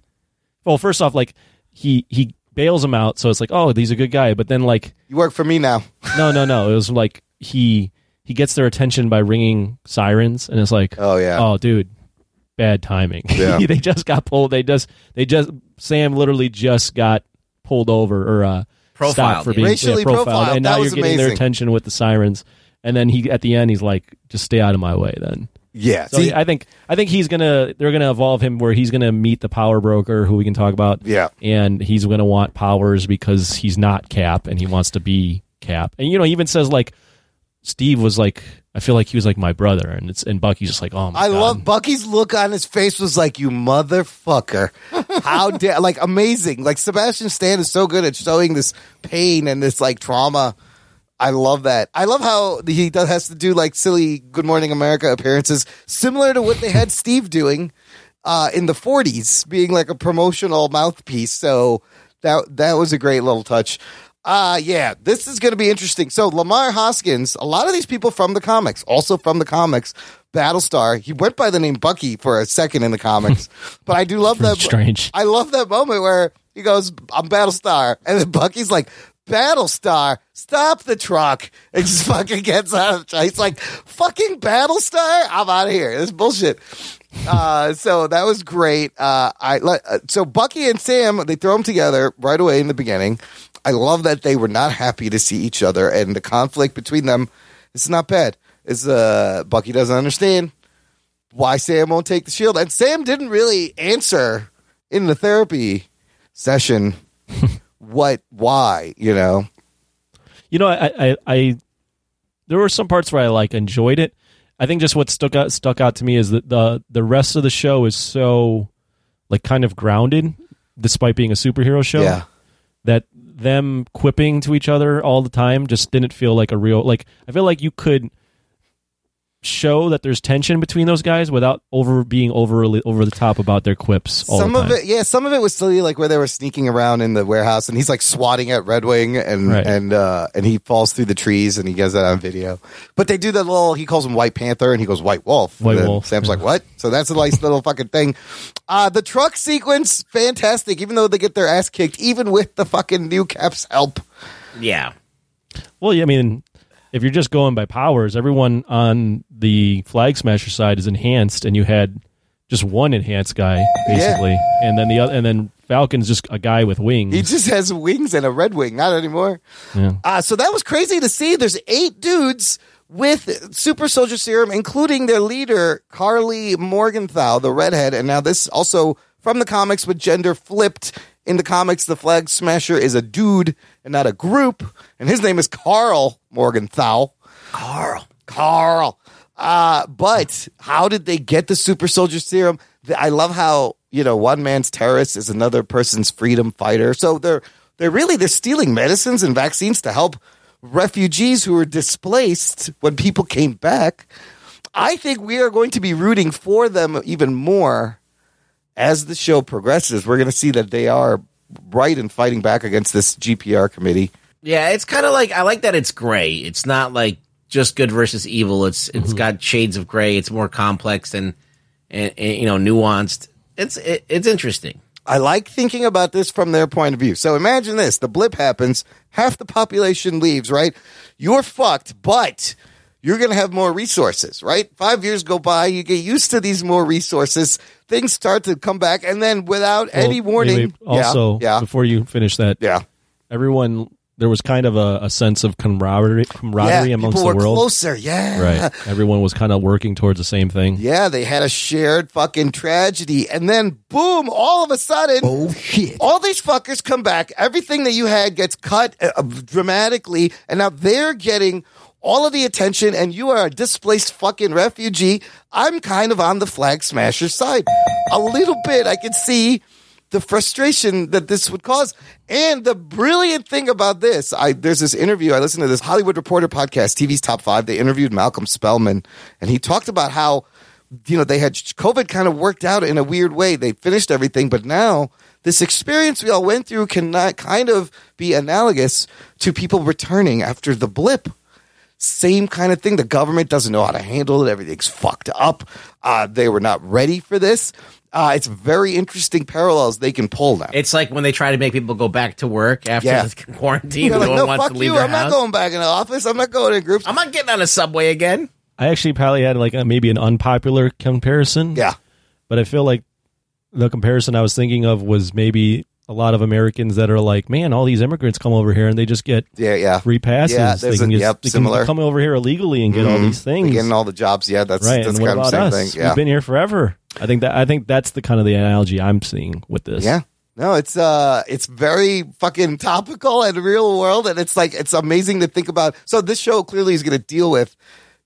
"Well, first off, like he he bails him out, so it's like, oh, he's a good guy." But then like,
you work for me now.
no, no, no, it was like he he gets their attention by ringing sirens, and it's like,
Oh, yeah.
oh, dude, bad timing.
Yeah.
they just got pulled. They just they just Sam literally just got pulled over or uh,
Profiled,
stopped for
yeah.
being yeah,
Racially profiled.
and
That
now you're
was
getting their
amazing.
attention with the sirens. And then he at the end, he's like, just stay out of my way, then.
Yeah.
So
See,
I think I think he's gonna they're gonna evolve him where he's gonna meet the power broker who we can talk about.
Yeah.
and he's gonna want powers because he's not Cap and he wants to be Cap. And you know, he even says like Steve was like I feel like he was like my brother, and it's and Bucky's just like oh my
I
God.
love Bucky's look on his face was like, you motherfucker. How dare, like, amazing. Like, Sebastian Stan is so good at showing this pain and this, like, trauma. I love that. I love how he does, has to do, like, silly Good Morning America appearances, similar to what they had Steve doing uh, in the 40s, being like a promotional mouthpiece. So that, that was a great little touch. Uh, yeah, this is going to be interesting. So Lamar Hoskins, a lot of these people from the comics, also from the comics, Battlestar. He went by the name Bucky for a second in the comics, but I do love that.
strange.
I love that moment where he goes, "I'm Battlestar," and then Bucky's like, "Battlestar, stop the truck!" and just fucking gets out of the truck. He's like, "Fucking Battlestar, I'm out of here. This is bullshit." uh, so that was great. Uh, I li- uh, so Bucky and Sam they throw them together right away in the beginning. I love that they were not happy to see each other, and the conflict between them is not bad. It's uh, Bucky doesn't understand why Sam won't take the shield. And Sam didn't really answer in the therapy session what why, you know.
you know, I, I, I there were some parts where I like enjoyed it. I think just what stuck out stuck out to me is that the the rest of the show is so like kind of grounded, despite being a superhero show.
Yeah.
That them quipping to each other all the time just didn't feel like a real like I feel like you could show that there's tension between those guys without over being overly over the top about their quips all
some
the
of
time.
it, yeah, some of it was silly, like where they were sneaking around in the warehouse, and he's like swatting at Red Wing, and
Right.
and uh, and he falls through the trees, and he gets that on video. But they do that little. He calls him White Panther, and he goes White Wolf.
White
and then
Wolf,
Sam's
yeah.
like, what? So that's a nice little fucking thing. Uh, the truck sequence, fantastic. Even though they get their ass kicked, even with the fucking new cap's help.
Yeah.
Well, yeah, I mean, if you're just going by powers, everyone on the Flag Smasher side is enhanced, and you had just one enhanced guy basically, and then the other, and then Falcon's just a guy with wings.
He just has wings and a red wing, not anymore.
Yeah.
Uh, so that was crazy to see. There's eight dudes with super soldier serum, including their leader, Carly Morgenthau, the redhead. And now this also from the comics with gender flipped. In the comics, the flag smasher is a dude and not a group. And his name is Carl Morgenthau. Carl. Carl. Uh, but how did they get the super soldier serum? The- I love how, you know, one man's terrorist is another person's freedom fighter. So they're they're really they're stealing medicines and vaccines to help refugees who were displaced when people came back. I think we are going to be rooting for them even more as the show progresses. We're going to see that they are right in fighting back against this GPR committee.
Yeah, it's kind of like I like that it's gray. It's not like just good versus evil. It's
Mm-hmm.
it's got shades of gray. It's more complex and, and, and, you know nuanced. It's it, it's interesting.
I like thinking about this from their point of view. So imagine this the blip happens, half the population leaves, right? You're fucked, but you're going to have more resources, right? Five years go by, you get used to these more resources, things start to come back, and then without
Well,
any
wait,
warning.
wait,
Yeah,
also,
yeah,
before you finish that,
yeah.
everyone there was kind of a, a sense of camaraderie, camaraderie
yeah,
amongst
people
the
were
world.
closer, yeah.
Right, everyone was kind of working towards the same thing.
Yeah, they had a shared fucking tragedy. And then, boom, all of a sudden, oh, shit. all these fuckers come back. Everything that you had gets cut uh, uh, dramatically. And now they're getting all of the attention, and you are a displaced fucking refugee. I'm kind of on the flag smasher side. A little bit, I can see the frustration that this would cause. And the brilliant thing about this, I there's this interview I listened to this Hollywood Reporter podcast, TV's Top Five. They interviewed Malcolm Spellman, and he talked about how you know they had COVID kind of worked out in a weird way. They finished everything, but now this experience we all went through can not kind of be analogous to people returning after the blip same kind of thing. The government doesn't know how to handle it. Everything's fucked up. Uh, they were not ready for this. Uh, it's very interesting parallels they can pull now.
It's like when they try to make people go back to work after
Yeah.
the quarantine.
They're
No
like,
one
no,
wants
fuck
to leave
you.
their
I'm
house.
not going back in the office. I'm not going in groups.
I'm not getting on a subway again.
I actually probably had like a, maybe an unpopular comparison.
Yeah.
But I feel like the comparison I was thinking of was maybe a lot of Americans that are like, man, all these immigrants come over here and they just get
Yeah, yeah.
free passes.
Yeah,
they
there's
can
a-
just,
yep,
they
similar.
can come over here illegally and get all
Mhm.
these things.
They're getting all the jobs. Yeah, that's
right.
that's
and what
kind of
about
the same
us?
thing. Yeah.
We've been here forever. I think that I think that's the kind of the analogy I'm seeing with this.
Yeah. No, it's uh it's very fucking topical and real world and it's like it's amazing to think about. So this show clearly is going to deal with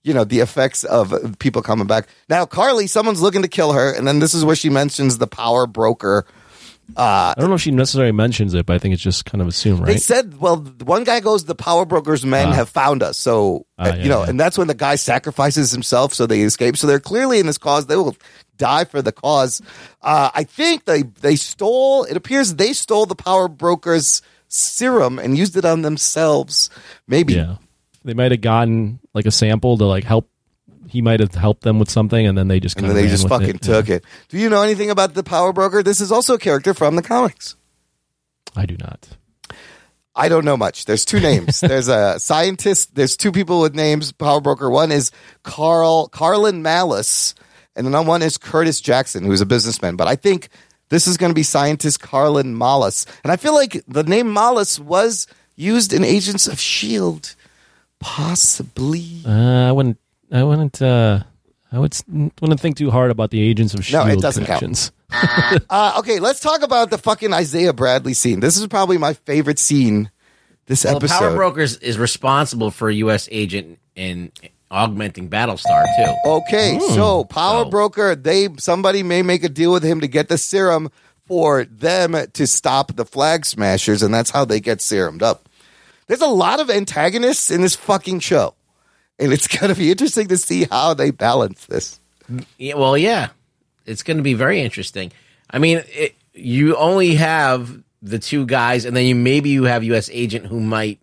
you know the effects of people coming back. Now Carly, someone's looking to kill her and then this is where she mentions the power broker. Uh
I don't know if she necessarily mentions it, but I think it's just kind of assumed,
they
right?
said, well, one guy goes, the power broker's men have found us. So,
Ah,
uh,
yeah,
you know,
yeah.
and that's when the guy sacrifices himself so they escape. So they're clearly in this cause. They will die for the cause. Uh, I think they, they stole, it appears they stole the power broker's serum and used it on themselves. Maybe.
yeah. They might have gotten like a sample to like help. He might have helped them with something, and then they just
And
kind
then
of
they
ran
just
with
fucking
it.
took it. Do you know anything about the power broker? This is also a character from the comics.
I do not.
I don't know much. There's two names. there's a scientist. There's two people with names. Power broker. One is Carl Carlin Malice, and then one is Curtis Jackson, who's a businessman. But I think this is going to be scientist Carlin Malice, and I feel like the name Malice was used in Agents of Shield, E possibly.
Uh, I wouldn't. I wouldn't. Uh, I would s- wouldn't think too hard about the agents of
No,
Shield
it doesn't count.
E connections.
Uh, okay, let's talk about the fucking Isaiah Bradley scene. This is probably my favorite scene this
Well,
episode.
Power Brokers is responsible for a U.S. agent in augmenting Battlestar too.
Okay, so Power Broker, they somebody may make a deal with him to get the serum for them to stop the flag smashers, and that's how they get serumed up. There's a lot of antagonists in this fucking show, and it's gonna be interesting to see how they balance this.
Yeah, well, yeah, it's going to be very interesting. I mean, it, you only have the two guys, and then you maybe you have U.S. agent who might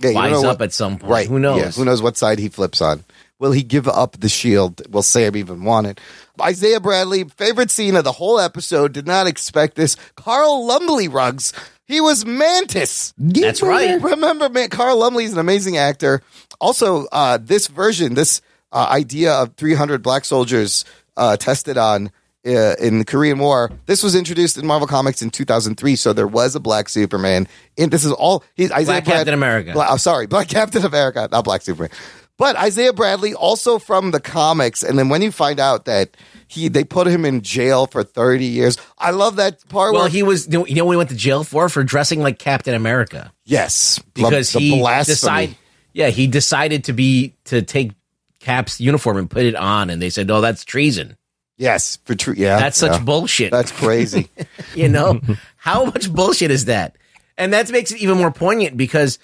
Yeah, you don't
wise
know
up
what-
at some point.
Right?
Who knows?
Yeah, who knows what side he flips on? Will he give up the shield? Will Sam even want it? Isaiah Bradley, favorite scene of the whole episode. Did not expect this. Carl Lumbly rugs. He was Mantis.
That's right.
Remember, man, Carl Lumley's an amazing actor. Also, uh, this version, this uh, idea of 300 black soldiers uh, tested on uh, in the Korean War, this was introduced in Marvel Comics in 2003. So there was a black Superman. And this is all he's Isaiah
Black Captain America.
Bla- I'm sorry, Black Captain America, not Black Superman. But Isaiah Bradley, also from the comics, and then when you find out that he they put him in jail for 30 years, I love that part.
Well,
where,
he was. You know, what he went to jail for for dressing like Captain America
yes, bl-
because
the
he
blasphemy.
decided. Yeah, he decided to be to take Cap's uniform and put it on, and they said, "Oh, that's treason.
Yes, for true. Yeah,
That's such
yeah.
bullshit."
That's crazy.
You know, how much bullshit is that? And that makes it even more poignant because,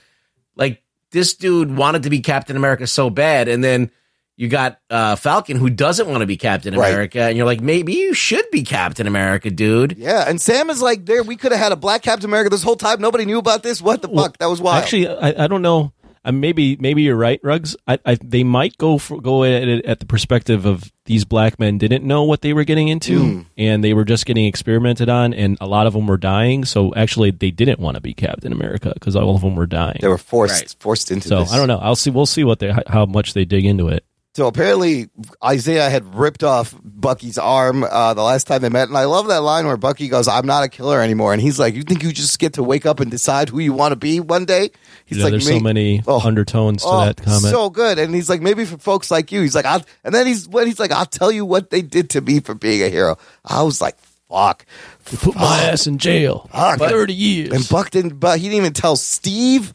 like, this dude wanted to be Captain America so bad, and then you got uh, Falcon who doesn't want to be Captain
Right.
America, and you're like, maybe you should be Captain America, dude.
yeah, and Sam is like, there. We could have had a black Captain America this whole time. Nobody knew about this. What the fuck? That was wild.
Actually, I, I don't know. Uh, maybe maybe you're right, Ruggs. I, I they might go for, go at it at the perspective of these black men didn't know what they were getting into,
Hmm.
and they were just getting experimented on, and a lot of them were dying. So actually, they didn't want to be Captain America because all of them were dying.
they were forced
Right.
forced into
so
this.
I don't know. I'll see. We'll see what they how much they dig into it.
So apparently Isaiah had ripped off Bucky's arm uh, the last time they met, and I love that line where Bucky goes, "I'm not a killer anymore," and he's like, "You think you just get to wake up and decide who you want to be one day?" He's
Yeah,
like,
there's
"Me-
so many
Oh.
undertones to
oh,
that comment.
so good." And he's like, "Maybe for folks like you," he's like, I'll, and then he's when he's like, "I'll tell you what they did to me for being a hero." I was like, "Fuck."
Put my ass in jail.
Ah, Fuck.
for Thirty years.
And Buck didn't, but he didn't even tell Steve.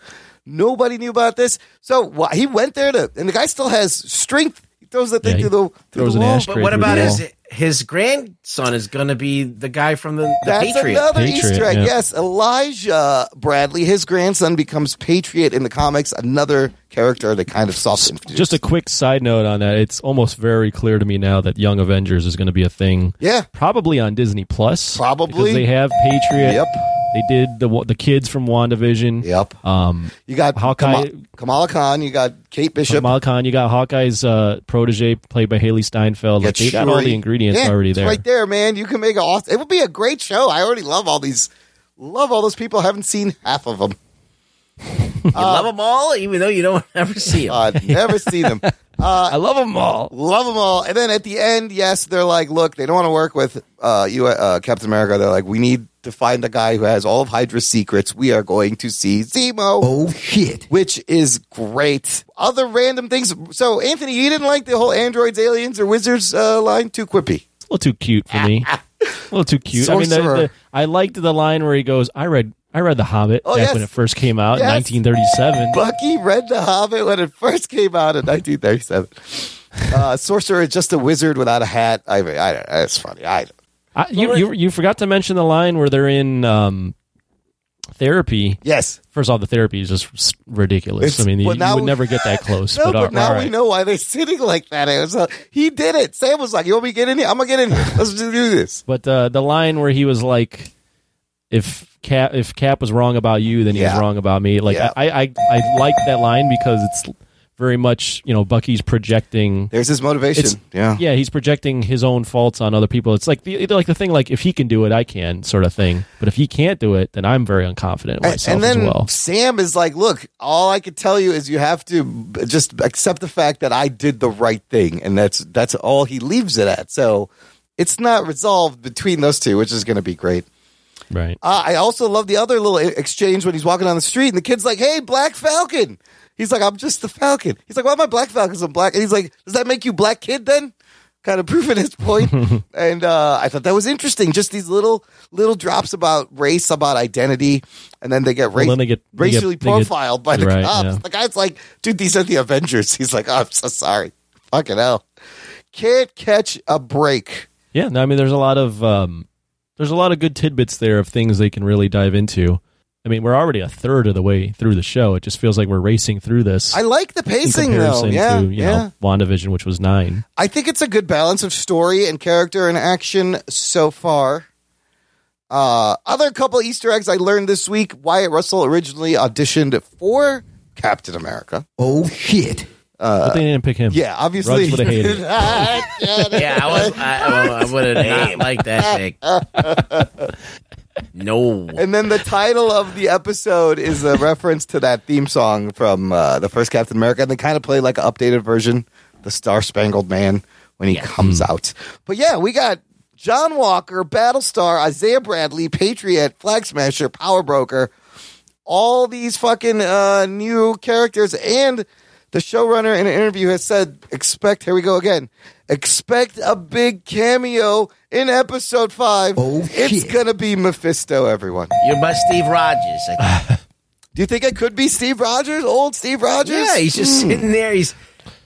Nobody knew about this. So wh- he went there to, and the guy still has strength. He throws the thing
Yeah, he
through the through
throws
the
an
wall.
ashtray
But what
through
about
the wall.
his his grandson is going to be the guy from the, the
That's
Patriot?
another
Patriot,
Easter egg.
yeah.
Yes, Elijah Bradley, his grandson, becomes Patriot in the comics. Another character that kind of soft introduced.
Just a quick side note on that. It's almost very clear to me now that Young Avengers is going to be a thing.
Yeah.
Probably on Disney Plus.
Probably.
Because they have Patriot.
Yep.
They did the the kids from WandaVision.
Yep.
Um,
You got
Hawkeye-
Kama- Kamala Khan. You got Kate Bishop.
Kamala Khan, you got Hawkeye's uh, protege played by Haley Steinfeld.
you
Like, they got all
Shuri.
the ingredients
Yeah,
already
it's
there.
Right there, man. You can make an awesome. It would be a great show. I already love all these. Love all those people. I haven't seen half of them.
You love them all, even though you don't ever see him.
I've never seen them.
I love them all.
Love them all. And then at the end, yes, they're like, look, they don't want to work with uh, you, uh, Captain America. They're like, we need to find the guy who has all of Hydra's secrets. We are going to see Zemo. Oh, shit. Which is great. Other random things. So, Anthony, you didn't like the whole androids, aliens, or wizards uh, line? Too quippy.
A little too cute for me. a little too cute. I mean, the,
Sorcerer.
the, I liked the line where he goes, "I read, I read The Hobbit
Oh,
back
yes.
when it first came out
Yes.
in 1937."
Bucky read The Hobbit when it first came out in 1937. Uh, sorcerer is just a wizard without a hat. I mean, I don't, that's funny. I don't.
I, you, you you forgot to mention the line where they're in um, therapy.
Yes.
First of all, the therapy is just s- ridiculous.
It's-
I mean, you,
but
you
now
would
we-
never get that close.
No,
but, uh,
but,
all-
now
all right.
we know why they're sitting like that. It was uh, he did it. Sam was like, "You want me to get in here? I'm gonna get in here. Let's just do this."
But uh, the line where he was like, "If Cap if Cap was wrong about you, then he
Yeah.
was wrong about me." Like
Yeah.
I, I I like that line because it's very much you know Bucky's projecting.
There's his motivation.
It's-
yeah.
Yeah, he's projecting his own faults on other people. It's like the like the thing like if he can do it, I can sort of thing. But if he can't do it, then I'm very unconfident
And,
in myself
and then
as well.
Sam is like, "Look, all I could tell you is you have to b- just accept the fact that I did the right thing, and that's that's all he leaves it at." So it's not resolved between those two, which is going to be great.
Right.
Uh, I also love the other little e-, exchange when he's walking down the street and the kid's like, "Hey, Black Falcon." He's like, "I'm just the Falcon." He's like, "Why am I Black Falcon? 'Cause I'm black." And he's like, "Does that make you Black Kid then?" kind of proving his point. and uh, I thought that was interesting. Just these little little drops about race, about identity, and then they get, rac-
Well, then they get- they get-
racially
they get-
profiled by the
right,
cops.
yeah.
The guy's like, dude, these are the Avengers. He's like, oh, I'm so sorry. Fucking hell. Can't catch a break.
Yeah, no, I mean, there's a lot of um, there's a lot of good tidbits there of things they can really dive into. I mean, we're already a third of the way through the show. It just feels like we're racing through this.
I like the pacing though. Yeah,
to you
yeah.
know WandaVision, which was nine.
I think it's a good balance of story and character and action so far. Uh, other couple Easter eggs I learned this week: Wyatt Russell originally auditioned for Captain America.
Oh shit! Uh, but they didn't pick him.
Yeah, obviously.
Ruggs would have hated it.
yeah, I was. I, I would have not liked that pick. No.
and then the title of the episode is a reference to that theme song from uh, the first Captain America, and they kind of play like an updated version, the Star Spangled Man, when he comes out. But yeah, we got John Walker, Battlestar, Isaiah Bradley, Patriot, Flag Smasher, Power Broker, all these fucking uh, new characters, and the showrunner in an interview has said, "Expect here we go again. Expect a big cameo in episode five.
Oh,
it's gonna be Mephisto, everyone.
You're by Steve Rogers. I think.
Do you think it could be Steve Rogers, old Steve Rogers?
yeah, he's just
Hmm.
sitting there. He's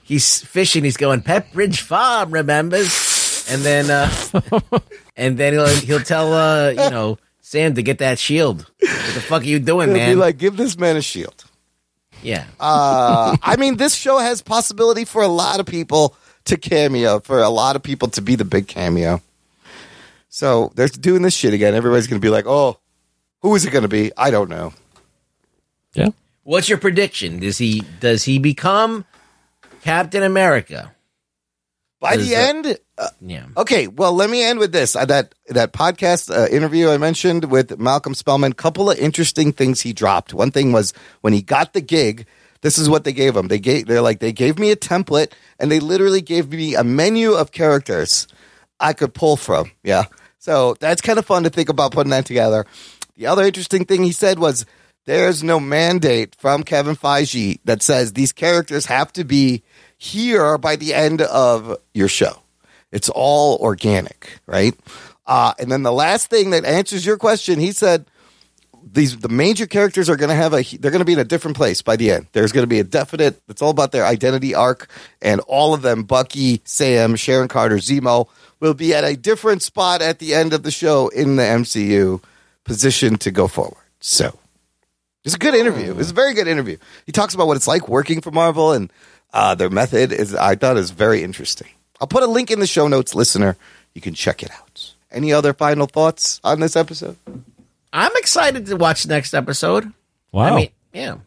he's fishing. He's going Pepperidge Farm, remembers? And then uh and then he'll he'll tell uh you know Sam to get that shield. What the fuck are you doing,
He'll be
man?
like, give this man a shield.
yeah.
Uh, I mean, this show has possibility for a lot of people to cameo, for a lot of people to be the big cameo. So they're doing this shit again. Everybody's gonna be like, oh, who is it gonna be? I don't know.
What's your prediction? Does he does he become Captain America?
By
Is
the
that-
end, uh,
Yeah.
Okay, well, let me end with this. Uh, that that podcast uh, interview I mentioned with Malcolm Spellman, couple of interesting things he dropped. One thing was when he got the gig, this is what they gave him. They gave they're like they gave me a template and they literally gave me a menu of characters I could pull from. Yeah. So that's kind of fun to think about putting that together. The other interesting thing he said was there's no mandate from Kevin Feige that says these characters have to be here by the end of your show. It's all organic, right? Uh, and then the last thing that answers your question, he said these the major characters are going to have a they're going to be in a different place by the end. There's going to be a definite. It's all about their identity arc, and all of them, Bucky, Sam, Sharon Carter, Zemo, will be at a different spot at the end of the show in the MCU, positioned to go forward. So it's a good interview.
Oh,
It's a very good interview. He talks about what it's like working for Marvel and uh, their method is I thought is very interesting. I'll put a link in the show notes, listener. You can check it out. Any other final thoughts on this episode?
I'm excited to watch next episode.
Wow.
I mean, yeah.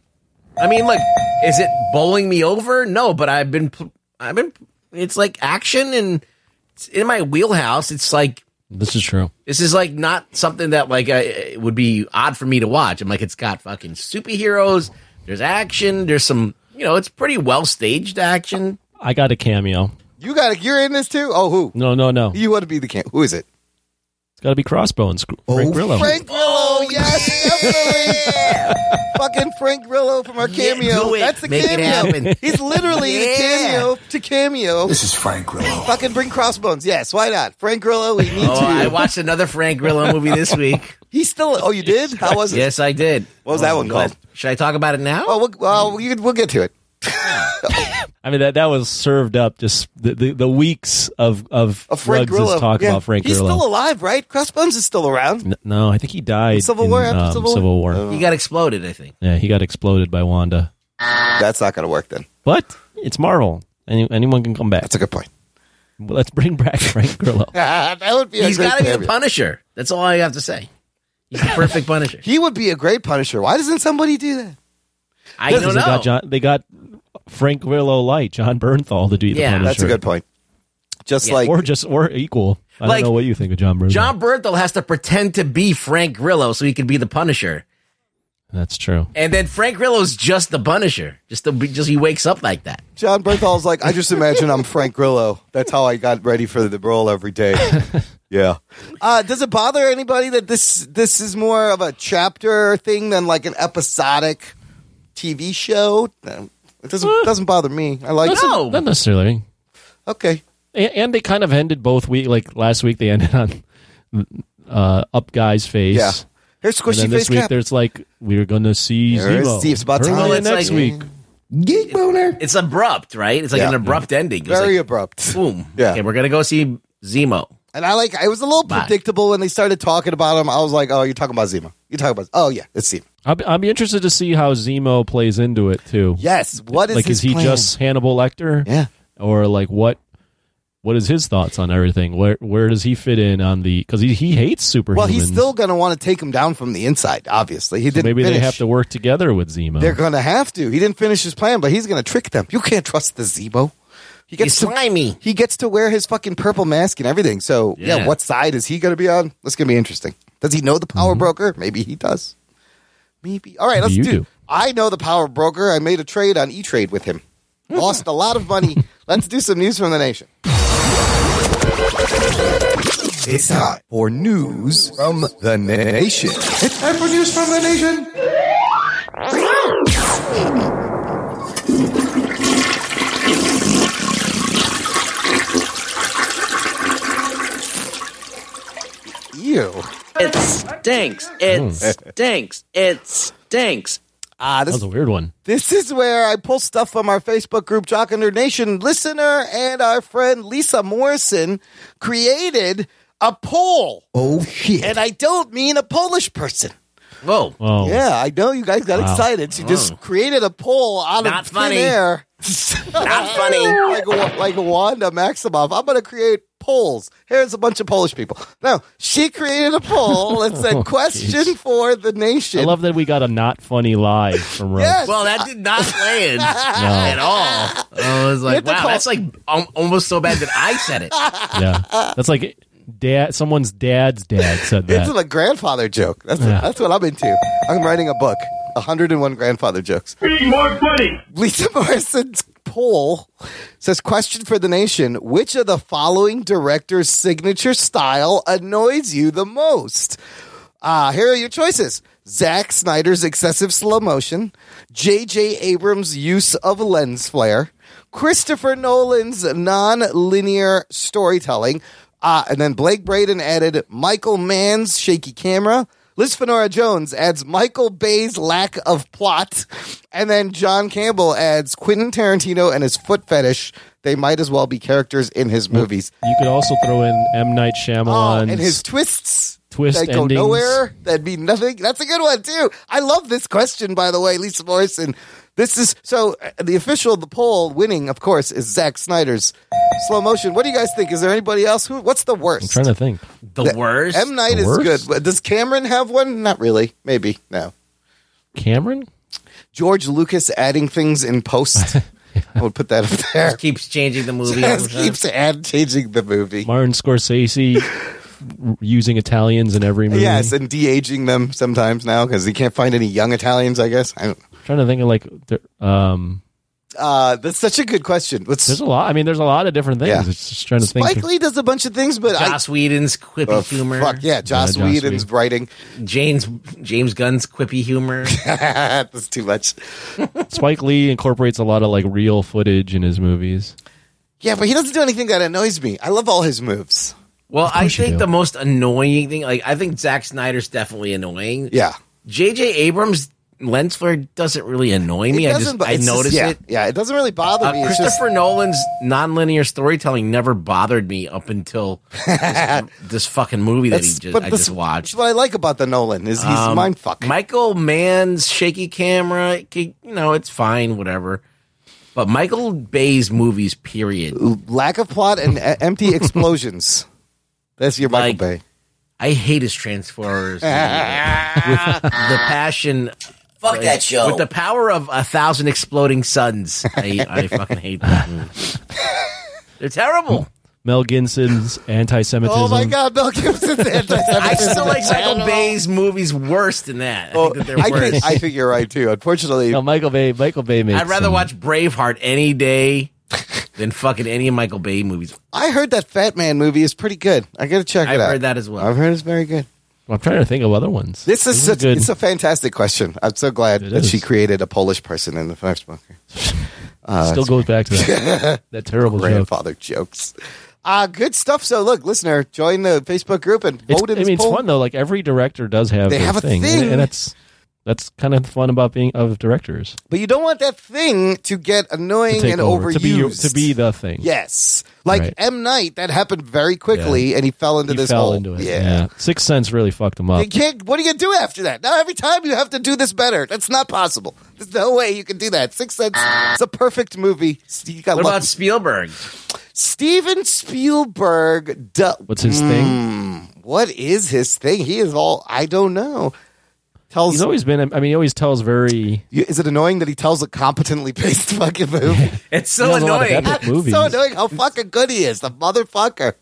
I mean, look, is it bowling me over? No, but I've been, pl- I've been. It's like action and it's in my wheelhouse. It's like
this is true.
this is like not something that like I, it would be odd for me to watch. I'm like, it's got fucking superheroes. There's action. There's some, you know, it's pretty well staged action.
I got a cameo.
You got it. You're in this too. Oh, who?
No, no, no. It's
You want to be the camp? Who is it?
got to be Crossbones. Frank Grillo.
Oh, Frank Grillo.
Oh,
yes, definitely. Fucking Frank Grillo from our
Yeah,
cameo.
do it.
That's the
Make it
cameo.
happen.
He's literally the
Yeah.
cameo to cameo.
This is Frank Grillo.
Fucking bring crossbones. Yes, why not? Frank Grillo. We need
Oh,
to.
I watched another Frank Grillo movie this week.
He's still. Oh, you did? How was it?
Yes, I did.
What was that
one
one called?
Should I talk about it now?
Oh, we'll, well, we can- we'll get to it.
I mean that that was served up just the, the, the weeks of of
Of Frank
Ruggs'
Grillo.
talk
Yeah.
about Frank
He's
Grillo.
still alive, right? Crossbones is still around.
N- no, I think he died.
Civil
in,
War after
um,
Civil War?
Civil War.
he got exploded. I think.
Yeah, he got exploded by Wanda.
Uh, That's not going to work then.
But it's Marvel. Any, anyone can come back.
That's a good point.
Well, let's bring back Frank Grillo.
that would be. A
He's
great
got to be the
cameo.
Punisher. That's all I have to say. He's the perfect Punisher.
He would be a great Punisher. Why doesn't somebody do that?
I
Because
don't
They
know.
got, John, they got Frank Grillo light, John Bernthal to do
Yeah.
the Punisher.
That's a good point. Just
Yeah.
like
Or just or equal. I
Like,
don't know what you think of John Bernthal.
John Bernthal has to pretend to be Frank Grillo so he can be the Punisher,
That's true.
and then Frank Grillo's just the Punisher. Just to be, just he wakes up like that.
John Bernthal's like, I just imagine I'm Frank Grillo. That's how I got ready for the role every day. Yeah. Uh, does it bother anybody that this this is more of a chapter thing than like an episodic TV Uh, show? Um, It doesn't doesn't bother me. I like
No.
Not necessarily.
Okay.
And, and they kind of ended both week. Like last week, they ended on uh, up guy's face.
Yeah. Here's
And
squishy
then this
face
week,
cap.
there's like we're gonna see
There's
Zemo.
Steve's about
Her
time.
role
Well,
it's
next
like-
week.
Geek boner.
It's abrupt, right? It's like
Yeah. Mm-hmm.
an abrupt ending. It was
Very
like,
abrupt.
boom.
Yeah.
Okay, we're gonna go see Zemo.
And I like. I was a little
Bye.
predictable when they started talking about him. I was like, oh, you're talking about Zemo. You're talking about. Oh yeah, it's Zemo.
I'll be, I'll be interested to see how Zemo plays into it too.
Yes. What is
like
his
is he
plan?
just Hannibal Lecter?
Yeah.
Or like what? What is his thoughts on everything? Where where does he fit in on the? Because he, he hates superhumans.
Well, he's still going to want to take him down from the inside. Obviously, he
So
didn't.
maybe they
finish.
have to work together with Zemo.
They're going to have to. He didn't finish his plan, but he's going to trick them. You can't trust the Zemo. He
He's
gets to,
slimy.
he gets to wear his fucking purple mask and everything. So yeah,
Yeah.
what side is he going to be on? That's going to be interesting. Does he know the
Mm-hmm.
power broker? Maybe he does. Maybe. All right,
Maybe
let's
you
do.
do.
I know the power broker. I made a trade on E Trade with him.
Hmm.
Lost a lot of money. let's do some news from the nation. It's time for news from the nation. It's time for news from the nation. Ew.
It stinks. It
Mm.
stinks. It stinks.
Ah,
that
this
was a weird one.
This is where I pull stuff from our Facebook group, Jock and Nerd Nation listener, and our friend Lisa Morrison created a poll.
Oh shit!
And I don't mean a Polish person.
Whoa.
Oh,
Yeah, I know you guys got
Wow. Oh.
excited. She just created a poll out
Not
of
funny.
thin air. Not funny. like, Wa- like Wanda Maximoff. I'm going to create polls. Here's a bunch of Polish people. No, she created a poll that said
Oh,
question
jeez.
for the nation.
I love that we got a not funny lie from Rose.
Yes.
Well, that did not land at all. I was
You
like,
have to
wow,
call-
that's like um, almost so bad that I said it.
Yeah, that's like dad. Someone's dad's dad said
It's
that.
a grandfather joke. That's
Yeah.
that's what I'm into. I'm writing a book, 101 grandfather jokes. Lisa Morrison's poll says question for the nation, which of the following director's signature style annoys you the most? Ah, here are your choices. Zack Snyder's excessive slow motion, J.J. Abrams' use of lens flare, Christopher Nolan's non-linear storytelling, uh, and then Blake Braden added Michael Mann's shaky camera. Liz Fenora Jones adds Michael Bay's lack of plot, and then John Campbell adds Quentin Tarantino and his foot fetish. They might as well be characters in his movies.
You could also throw in M Night
Oh,
Shyamalan's
and his twists
twist
that go
endings.
nowhere, that mean nothing. That's a good one too. I love this question, by the way, Lisa Morrison. This is so uh, the official of the poll winning, of course, is Zack Snyder's slow motion. What do you guys think? Is there anybody else who? What's the worst?
I'm trying to think.
The worst.
M Night
The
is
worst?
good. But does Cameron have one? Not really. Maybe no.
Cameron.
George Lucas adding things in post. I would put that up there.
keeps changing the movie. all the
Just
time.
keeps add changing the movie.
Martin Scorsese r- using Italians in every movie.
Yes, and de aging them sometimes now because he can't find any young Italians. I guess I don't.
trying to think of like there- um
Uh, that's such a good question. Let's,
there's a lot i mean there's a lot of different things
Yeah.
it's just trying to think
Spike
of-
Lee does a bunch of things, but I,
Joss Whedon's quippy
Oh,
humor.
fuck yeah, Joss,
Joss
Whedon's writing.
James James Gunn's quippy humor.
that's too much.
spike lee incorporates a lot of like real footage in his movies
Yeah, but he doesn't do anything that annoys me. I love all his moves.
Well, I
course you
think
do.
the most annoying thing, like I think Zack Snyder's definitely annoying.
Yeah,
J.J. Abrams lens flare doesn't really annoy me. I just
but
I
it's just-
notice
yeah,
it.
Yeah, it doesn't really bother
Uh,
me. It's just
Christopher Nolan's nonlinear storytelling never bothered me up until this, this fucking movie that he
that's-
just,
but
I
this-
just watched.
That's what I like about the Nolan is he's
Um,
mind fuck.
Michael Mann's shaky camera, it can- you know, it's fine, whatever. But Michael Bay's movies, period.
Lack of plot and uh, empty explosions. That's your Michael
Like-
Bay.
I hate his Transformers movie. with the passion,
Fuck that show.
with the power of a thousand exploding suns. Oh. I, I fucking hate that movie. They're terrible.
mel gibson's anti-semitism
Oh my God, Mel Gibson's anti-Semitism.
I still like Michael Bay's movies worse than that. I
Oh,
think that they're
I
worse.
think, I think you're right too. Unfortunately,
No, Oh, michael bay michael bay makes
I'd rather
some-
watch Braveheart any day than fucking any of Michael Bay movies.
I heard that Fat Man movie is pretty good. I gotta check
I've
it out.
heard that as well.
I've heard it's very good.
i'm trying to think of other ones
This is, such,
good
it's a fantastic question. I'm so glad
It
that she
is.
created a Polish person in the first book. Uh,
Still goes back to that, that terrible joke.
grandfather jokes. Uh, good stuff. So, look, listener, join the Facebook group and
It's,
vote
I
in this
mean, it's
poll.
fun though. Like every director does have
They
their
have a
thing,
thing.
and, and that's that's kind of fun about being of directors.
But you don't want that thing to get
To
annoying
take
and
over,
overused.
to be your- to be the thing.
Yes. Like
Right.
M. Night, that happened very quickly, and he fell into
He
this
fell
hole.
into it.
Yeah.
Sixth Sense really fucked him up.
You can't, what do you do after that? Now, every time you have to do this better. That's not possible. There's no way you can do that. Six Sense, it's a perfect movie. You got
What
lucky.
about Spielberg?
Steven Spielberg. du-
What's his thing?
What is his thing? He is all, I don't know. Tells,
He's always been. I mean, he always tells very.
You- is it annoying that he tells a competently based fucking movie?
It's
he
so
tells a lot of
annoying.
epic
It's
movies.
so annoying how fucking good he is, the motherfucker.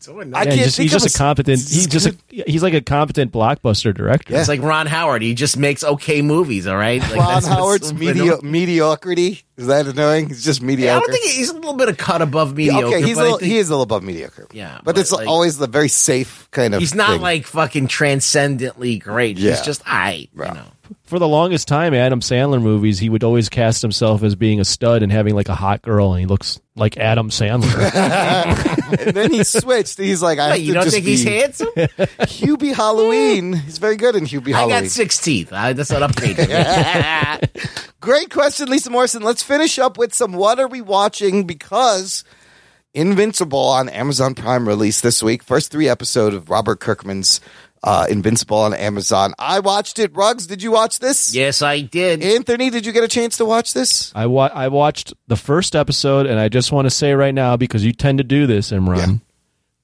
So annoying.
I
Yeah,
can't
he's just,
think
he's
of
just a competent. He's just a, he's like a competent blockbuster director.
It's like Ron Howard. He just makes okay movies. All right. Like,
Ron
that's what's
Howard's
so
medio-
annoying.
mediocrity. Is that annoying? He's just
Yeah, I
mediocre.
don't think he's a little bit of cut above mediocre.
okay, he's a
but I
little,
think
he is a little above mediocre.
Yeah,
but,
but,
it's
like-
always the very safe kind of.
he's not
thing.
like fucking transcendently great.
Yeah.
He's just I. You know.
For the longest time, Adam Sandler movies, he would always cast himself as being a stud and having like a hot girl, and he looks like Adam Sandler.
And then he switched. He's like, I
Wait,
have
you
to
don't
just
think he's
be
handsome?
Hubie Halloween. He's very good in Hubie
I
Halloween.
got six teeth. I, that's not upgrade. to me.
Great question, Lisa Morrison. Let's finish up with some what are we watching because Invincible on Amazon Prime released this week. First three episode of Robert Kirkman's uh, Invincible on Amazon. I watched it. Ruggs, did you watch this?
yes, I did.
Anthony, did you get a chance to watch this?
I wa- I watched the first episode, and I just want to say right now because you tend to do this, Imran.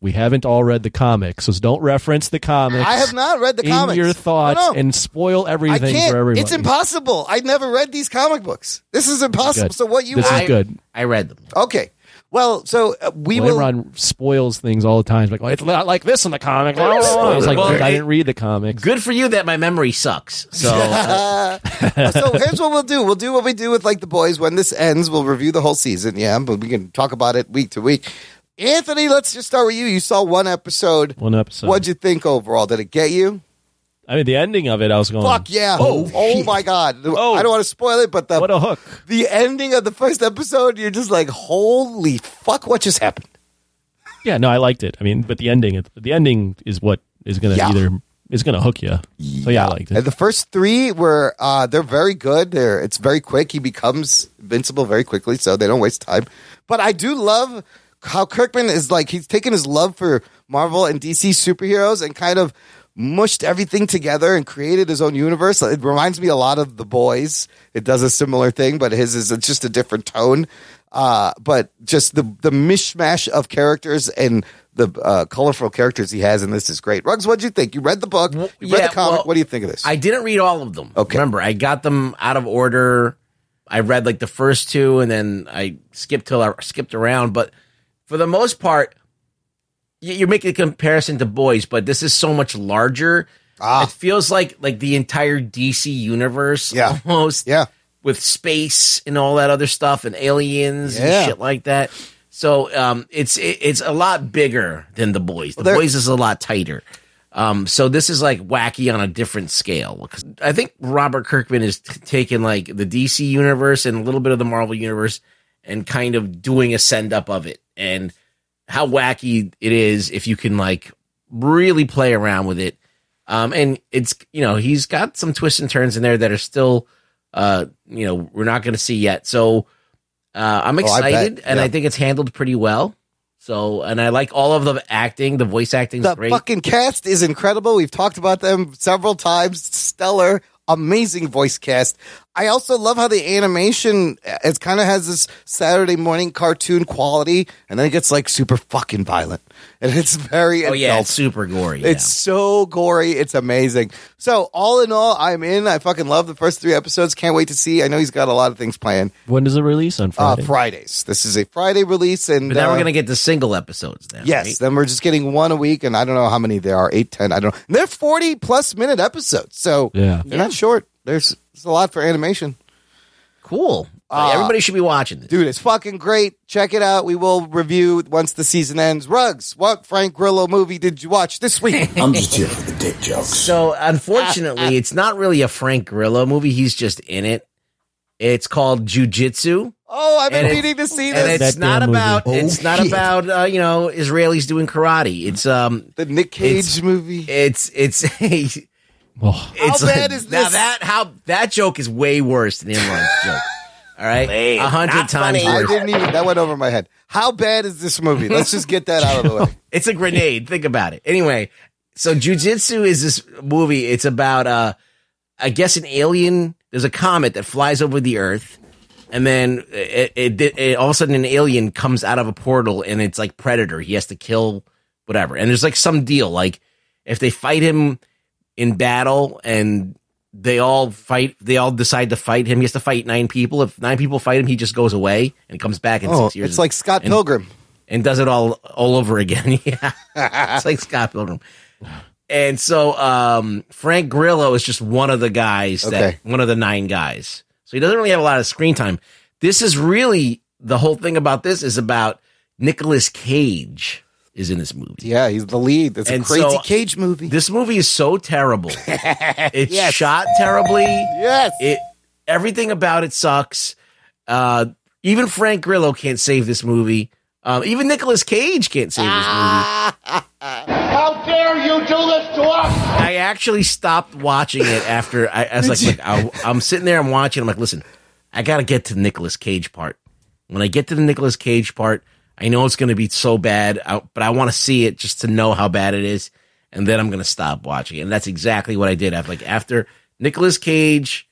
We haven't all read the comics, so don't reference the comics.
I have not read the
in
comics.
your thoughts
No, no.
and spoil
I
everything for
can't.
everybody.
It's impossible. I never read these comic books. This is impossible.
Good.
So what you
This is
I-
good.
I read them.
Okay. Well, so uh, we
Well,
will.
Imran spoils things all the time. He's Like "Well, it's not like this in the comic. Blah, blah, blah." It's like
Well,
I
it-
didn't read the comics.
Good for you that my memory sucks. So uh,
so here's what we'll do. We'll do what we do with like the boys. When this ends, we'll review the whole season. Yeah, but we can talk about it week to week. Anthony, let's just start with you. You saw one episode.
One episode.
What'd you think overall? Did it get you?
I mean, the ending of it, I was going.
Fuck yeah! Oh, my god! I don't want to spoil it, but the
Oh. What a hook!
the ending of the first episode, you're just like, holy fuck! What just happened?
Yeah, no, I liked it. I mean, but the ending, the ending is what is going to
Yeah.
either is going to hook you. So yeah, I liked
And
it.
the first three were uh, they're very good. They're it's very quick. He becomes invincible very quickly, so they don't waste time. But I do love how Kirkman is like he's taken his love for Marvel and DC superheroes and kind of mushed everything together and created his own universe. It reminds me a lot of The Boys. It does a similar thing, but his is just a different tone. Uh, but just the the mishmash of characters and the uh, colorful characters he has in this is great. Ruggs, what'd you think? You read the book, you read
yeah,
the comic.
well,
what do you think of this?
I didn't read all of them.
Okay.
Remember, I got them out of order. I read like the first two, and then I skipped till I skipped around. But for the most part, y- you're making a comparison to boys, but this is so much larger.
Ah.
It feels like like the entire DC universe,
Yeah.
almost,
Yeah.
with space and all that other stuff and aliens
Yeah.
and shit like that. So um, it's it, it's a lot bigger than the boys. The
There-
boys is a lot tighter. Um, so this is like wacky on a different scale. 'Cause I think Robert Kirkman is t- taking like the DC universe and a little bit of the Marvel universe and kind of doing a send up of it and how wacky it is if you can like really play around with it. Um, and it's you know he's got some twists and turns in there that are still uh, you know we're not going to see yet. So uh, I'm
Oh, I bet.
excited, and
Yeah.
I think it's handled pretty well. So and I like all of the acting. The voice acting is
the
great.
fucking cast is incredible. We've talked about them several times. Stellar, amazing voice cast. I also love how the animation uh, it kind of has this Saturday morning cartoon quality, and then it gets like super fucking violent, and it's very
oh yeah,
adult.
it's super gory.
It's so gory. It's amazing. So all in all, I'm in. I fucking love the first three episodes. Can't wait to see. I know he's got a lot of things planned.
When does it release on
Uh,
Friday?
Fridays. This is a Friday release, and
But now
uh,
we're gonna get the single episodes now.
Yes,
right?
then we're just getting one a week, and I don't know how many there are 8, 10, I don't know. And they're 40 plus minute episodes, so
Yeah.
they're not short. There's, there's a lot for animation.
cool. Like, everybody should be watching this.
Uh, Dude, it's fucking great. Check it out. We will review once the season ends. Rugs, what Frank Grillo movie did you watch this week?
I'm just here for the dick jokes.
So unfortunately, it's not really a Frank Grillo movie. He's just in it. It's called Jujitsu.
Oh, I've been
And it-
meaning to see
And
this.
it's not about
movie.
it's
Oh,
not
shit.
about uh, you know Israelis doing karate. It's um
the Nick Cage movie.
It's it's a
Oh,
it's
How bad
a-
is
now
this?
that how that joke is way worse than the Imran joke. All right,
Lame.
a hundred
Not
times
funny. I
worse.
didn't even. That went over my head. How bad is this movie? Let's just get that out of the way.
It's a grenade. Think about it. Anyway, so Jujitsu is this movie. It's about uh, I guess an alien. There's a comet that flies over the Earth, and then it, it, it, all of a sudden an alien comes out of a portal, and it's like Predator. He has to kill whatever, and there's like some deal. Like if they fight him in battle, and they all fight, they all decide to fight him. He has to fight nine people. If nine people fight him, he just goes away and comes back in six
Oh,
years.
it's like Scott
and-
Pilgrim.
and does it all all over again. yeah, it's like Scott Pilgrim. And so um, Frank Grillo is just one of the guys
Okay.
that one of the nine guys. So he doesn't really have a lot of screen time. This is really the whole thing about this is about Nicolas Cage is in this movie.
Yeah, he's the lead. It's a
And
crazy
so- uh,
Cage movie.
This movie is so terrible. it's
Yes.
shot terribly
yes.
it everything about it sucks. Uh, even Frank Grillo can't save this movie. Um, even Nicolas Cage can't save this movie.
How dare you do this to us?
I actually stopped watching it after I, I was like, look, I, I'm sitting there, I'm watching. I'm like, listen, I gotta get to the Nicolas Cage part. When I get to the Nicolas Cage part, I know it's gonna be so bad, I, but I want to see it just to know how bad it is, and then I'm gonna stop watching. it. And that's exactly what I did. I was like, after Nicolas Cage,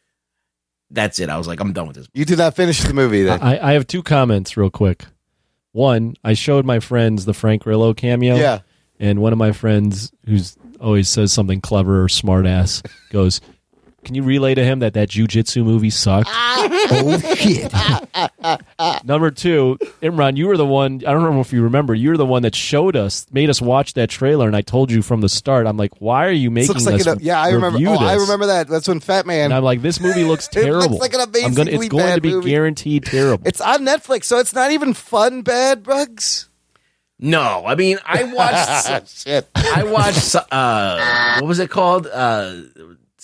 that's it. I was like, I'm done with this.
You did not finish the movie then.
I, I have two comments real quick. One, I showed my friends the Frank Grillo cameo.
Yeah.
And one of my friends, who's always says something clever or smart ass, goes, Can you relay to him that that jujitsu movie sucked?
oh shit!
Number two, Imran, you were the one, I don't know if you remember, you were the one that showed us, made us watch that trailer. And I told you from the start, I'm like, Why are you
This
making
looks like
us
an, yeah, I remember.
review
Oh, I
this?"
remember that. That's when Fat Man.
And I'm like, This movie looks
It
terrible.
looks like an
I'm gonna-
amazingly
it's going to
bad
be
movie.
guaranteed terrible.
It's on Netflix, so it's not even fun bad bugs.
No, I mean I watched
Shit.
I watched uh what was it called? Uh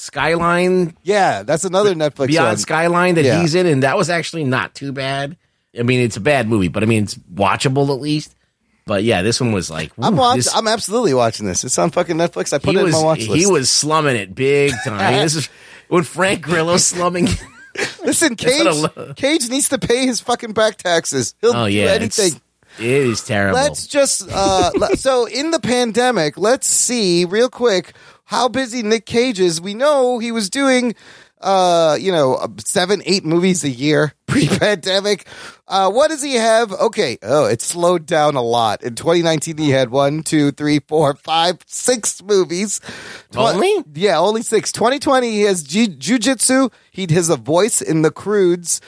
Skyline
Yeah, that's another Netflix
Beyond
one.
Skyline that
Yeah.
he's in and that was actually not too bad. I mean it's a bad movie, but I mean it's watchable at least. But yeah, this one was like
I'm
whew,
watch-
this-
I'm absolutely watching this. It's on fucking Netflix. I put
he
it
was
in my watch list.
he was slumming it big time. I mean, this is when Frank Grillo slumming
Listen, Cage.
not a lo-
Cage needs to pay his fucking back taxes. He'll
Oh yeah,
do
it's,
anything.
it is terrible.
Let's just uh, le- so in the pandemic, let's see real quick how busy Nick Cage is. We know he was doing uh, you know uh, seven, eight movies a year pre-pandemic. Uh, what does he have? Okay, oh, it slowed down a lot. In 2019, he had one, two, three, four, five, six movies. Tw-
Only?
yeah, only six. 2020, he has ju- jujitsu. He has a voice in the Crudes.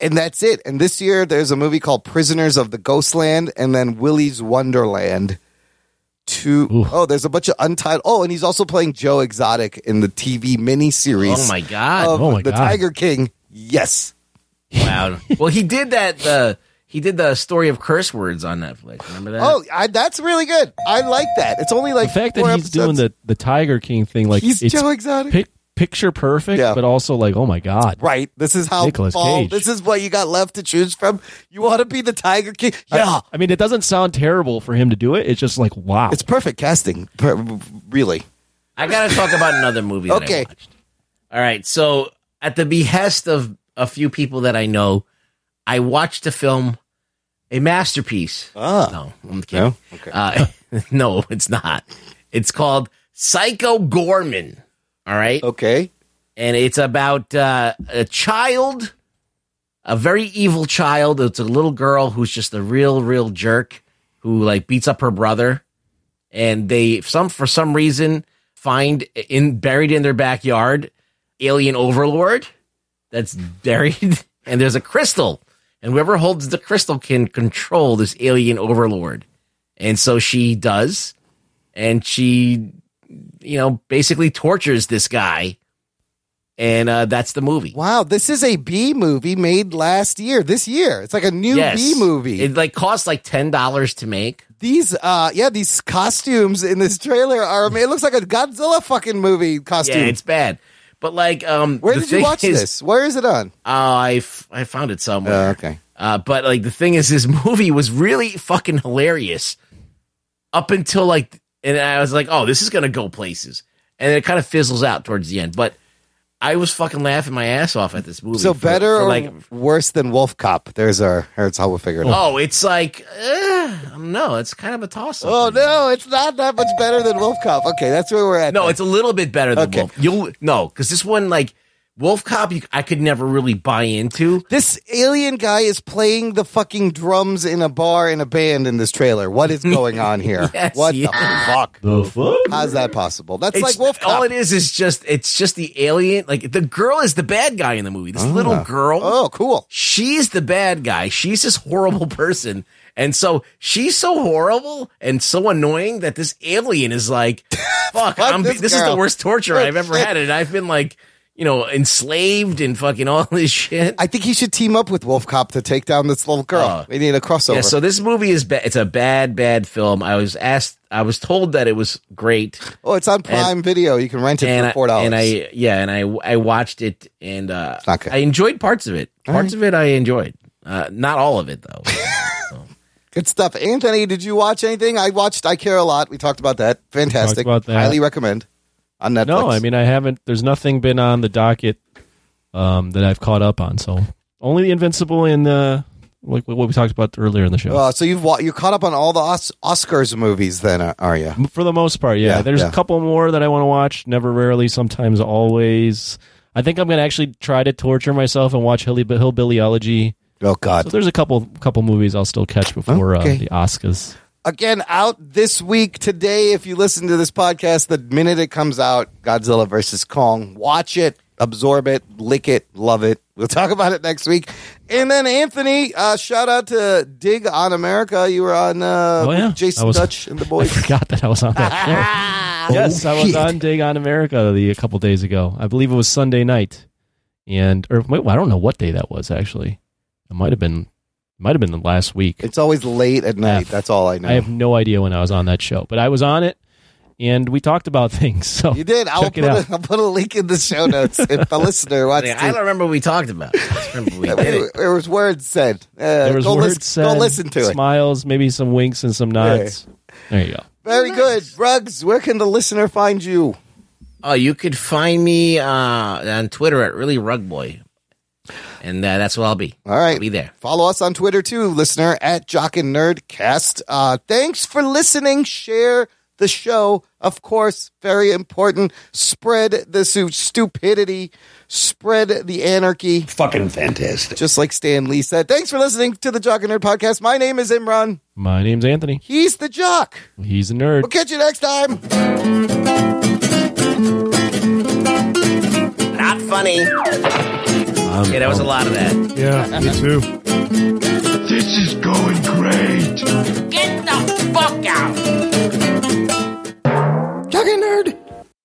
And that's it. And this year, there's a movie called Prisoners of the Ghostland and then Willy's Wonderland. Two oh, there's a bunch of untitled. Oh, and he's also playing Joe Exotic in the TV miniseries.
oh my god.
Of
Oh my
the
God.
Tiger King. Yes.
Wow. well, he did that. Uh, he did the story of curse words on Netflix. Remember that?
Oh, I, that's really good. I like that. It's only like
the fact that
four
he's doing
episodes.
the, the Tiger King thing, like
He's
it's
Joe Exotic.
pic- picture perfect,
Yeah.
but also like, oh my god,
Right. This is how
Nicolas
bald-
Cage.
This is what you got left to choose from. You want to be the Tiger King? Yeah.
I mean, it doesn't sound terrible for him to do it. It's just like, wow.
it's perfect casting. Per- really.
I gotta talk about another movie. That
Okay.
I watched. All right. So, at the behest of a few people that I know, I watched a film, a masterpiece.
Ah.
No, I'm kidding.
No? Okay.
Uh, no, it's not. It's called Psycho Gorman. All right.
Okay.
and it's about uh, a child, a very evil child. It's a little girl who's just a real, real jerk who like beats up her brother, and they some for some reason find in buried in their backyard alien overlord that's buried, and there's a crystal, and whoever holds the crystal can control this alien overlord, and so she does, and she. You know, basically tortures this guy and uh, that's the movie.
Wow, this is a B movie made last year. This year, it's like a new
Yes.
B movie.
It like costs like ten dollars to make.
these, uh, yeah, these costumes in this trailer are. It looks like a Godzilla fucking movie costume.
Yeah, it's bad. But like, um,
Where
the
did you
thing
watch
is-
this? Where is it on?
Uh, I f- I found it somewhere.
Oh, okay.
Uh, but like the thing is, this movie was really fucking hilarious up until like, and I was like, oh, this is gonna go places, and then it kind of fizzles out towards the end. But I was fucking laughing my ass off at this movie.
So
for-
better
for,
or
like,
worse than Wolf Cop? There's our. That's how we'll figure it out.
oh, it's like, eh, no, it's kind of a toss up.
Oh no, it's not that much better than Wolf Cop. Okay, that's where we're at.
No, it's a little bit better than
Okay.
Wolf. You'll no, because this one like Wolf Cop, you, I could never really buy into.
This alien guy is playing the fucking drums in a bar in a band in this trailer. What is going on here?
Yes,
what
yeah.
the fuck?
The fuck?
How's that possible? That's
It's-
like Wolf Cop.
All it is is just it's just the alien. Like the girl is the bad guy in the movie. This little girl.
Oh, cool.
she's the bad guy. She's this horrible person. And so she's so horrible and so annoying that this alien is like, fuck, I'm,
this
this, is the
girl.
worst torture I've ever had. And I've been like, you know, enslaved and fucking all this shit.
I think he should team up with Wolf Cop to take down this little girl.
Oh.
they need a crossover.
Yeah, so this movie is bad. It's a bad, bad film. I was asked, I was told that it was great.
oh, it's on Prime Video. You can rent it
and
for four
I,
dollars.
and I, yeah, and I, I watched it and, uh,
not good.
I enjoyed parts of it. Parts of it I enjoyed. Uh, not all of it though.
Good stuff, Anthony. Did you watch anything? I watched. I care a lot. We talked about that. Fantastic.
about that.
Highly recommend. On Netflix.
No, I mean I haven't. There's nothing been on the docket um, that I've caught up on. So only the Invincible and uh, like what we talked about earlier in the show.
Uh, so you've wa- you're caught up on all the Os- Oscars movies, then, are- are you?
For the most part, yeah.
Yeah,
There's
yeah.
a couple more that I want to watch. Never, rarely, sometimes, always. I think I'm gonna actually try to torture myself and watch Hilly Hillbillyology.
Oh God.
So there's a couple couple movies I'll still catch before
Okay.
uh, the Oscars.
Again, out this week today. If you listen to this podcast, the minute it comes out, Godzilla versus Kong. Watch it, absorb it, lick it, love it. We'll talk about it next week. And then Anthony, uh, shout out to Dig on America. You were on uh,
Oh, yeah.
with Jason
I was-
Dutch and the
I
boys.
forgot that I was on that show. yes, I was
Oh, shit.
on Dig on America the, a couple days ago. I believe it was Sunday night, and or wait, I don't know what day that was actually. It might have been, might have been the last week.
It's always late at night. That's all I know.
I have no idea when I was on that show, but I was on it, and we talked about things. So
you did. I'll
check
put,
it
a,
out.
I'll put a link in the show notes if the listener wants
Like,
to.
I don't remember what we talked about. I just remember we did it.
It- There was words said. Uh,
There was
go,
words
listen,
said,
go listen to it.
Smiles, maybe some winks and some nods. There you go.
Very good. Rugs, where can the listener find you?
Oh, you could find me uh, on Twitter at really rug boy, and uh, that's where I'll be.
All right.
I'll be there.
Follow us on Twitter too, listener at Jock and Nerdcast. Uh, thanks for listening. Share the show, of course. Very important. Spread the su- stupidity. Spread the anarchy.
Fucking fantastic.
Just like Stan Lee said. Thanks for listening to the Jock and Nerd podcast. My name is Imran.
My name's Anthony.
He's the Jock.
He's a nerd.
We'll catch you next time.
Not funny. yeah, there was a lot of that.
Yeah, me too.
This is going great.
Get the fuck out!
Jock and Nerd.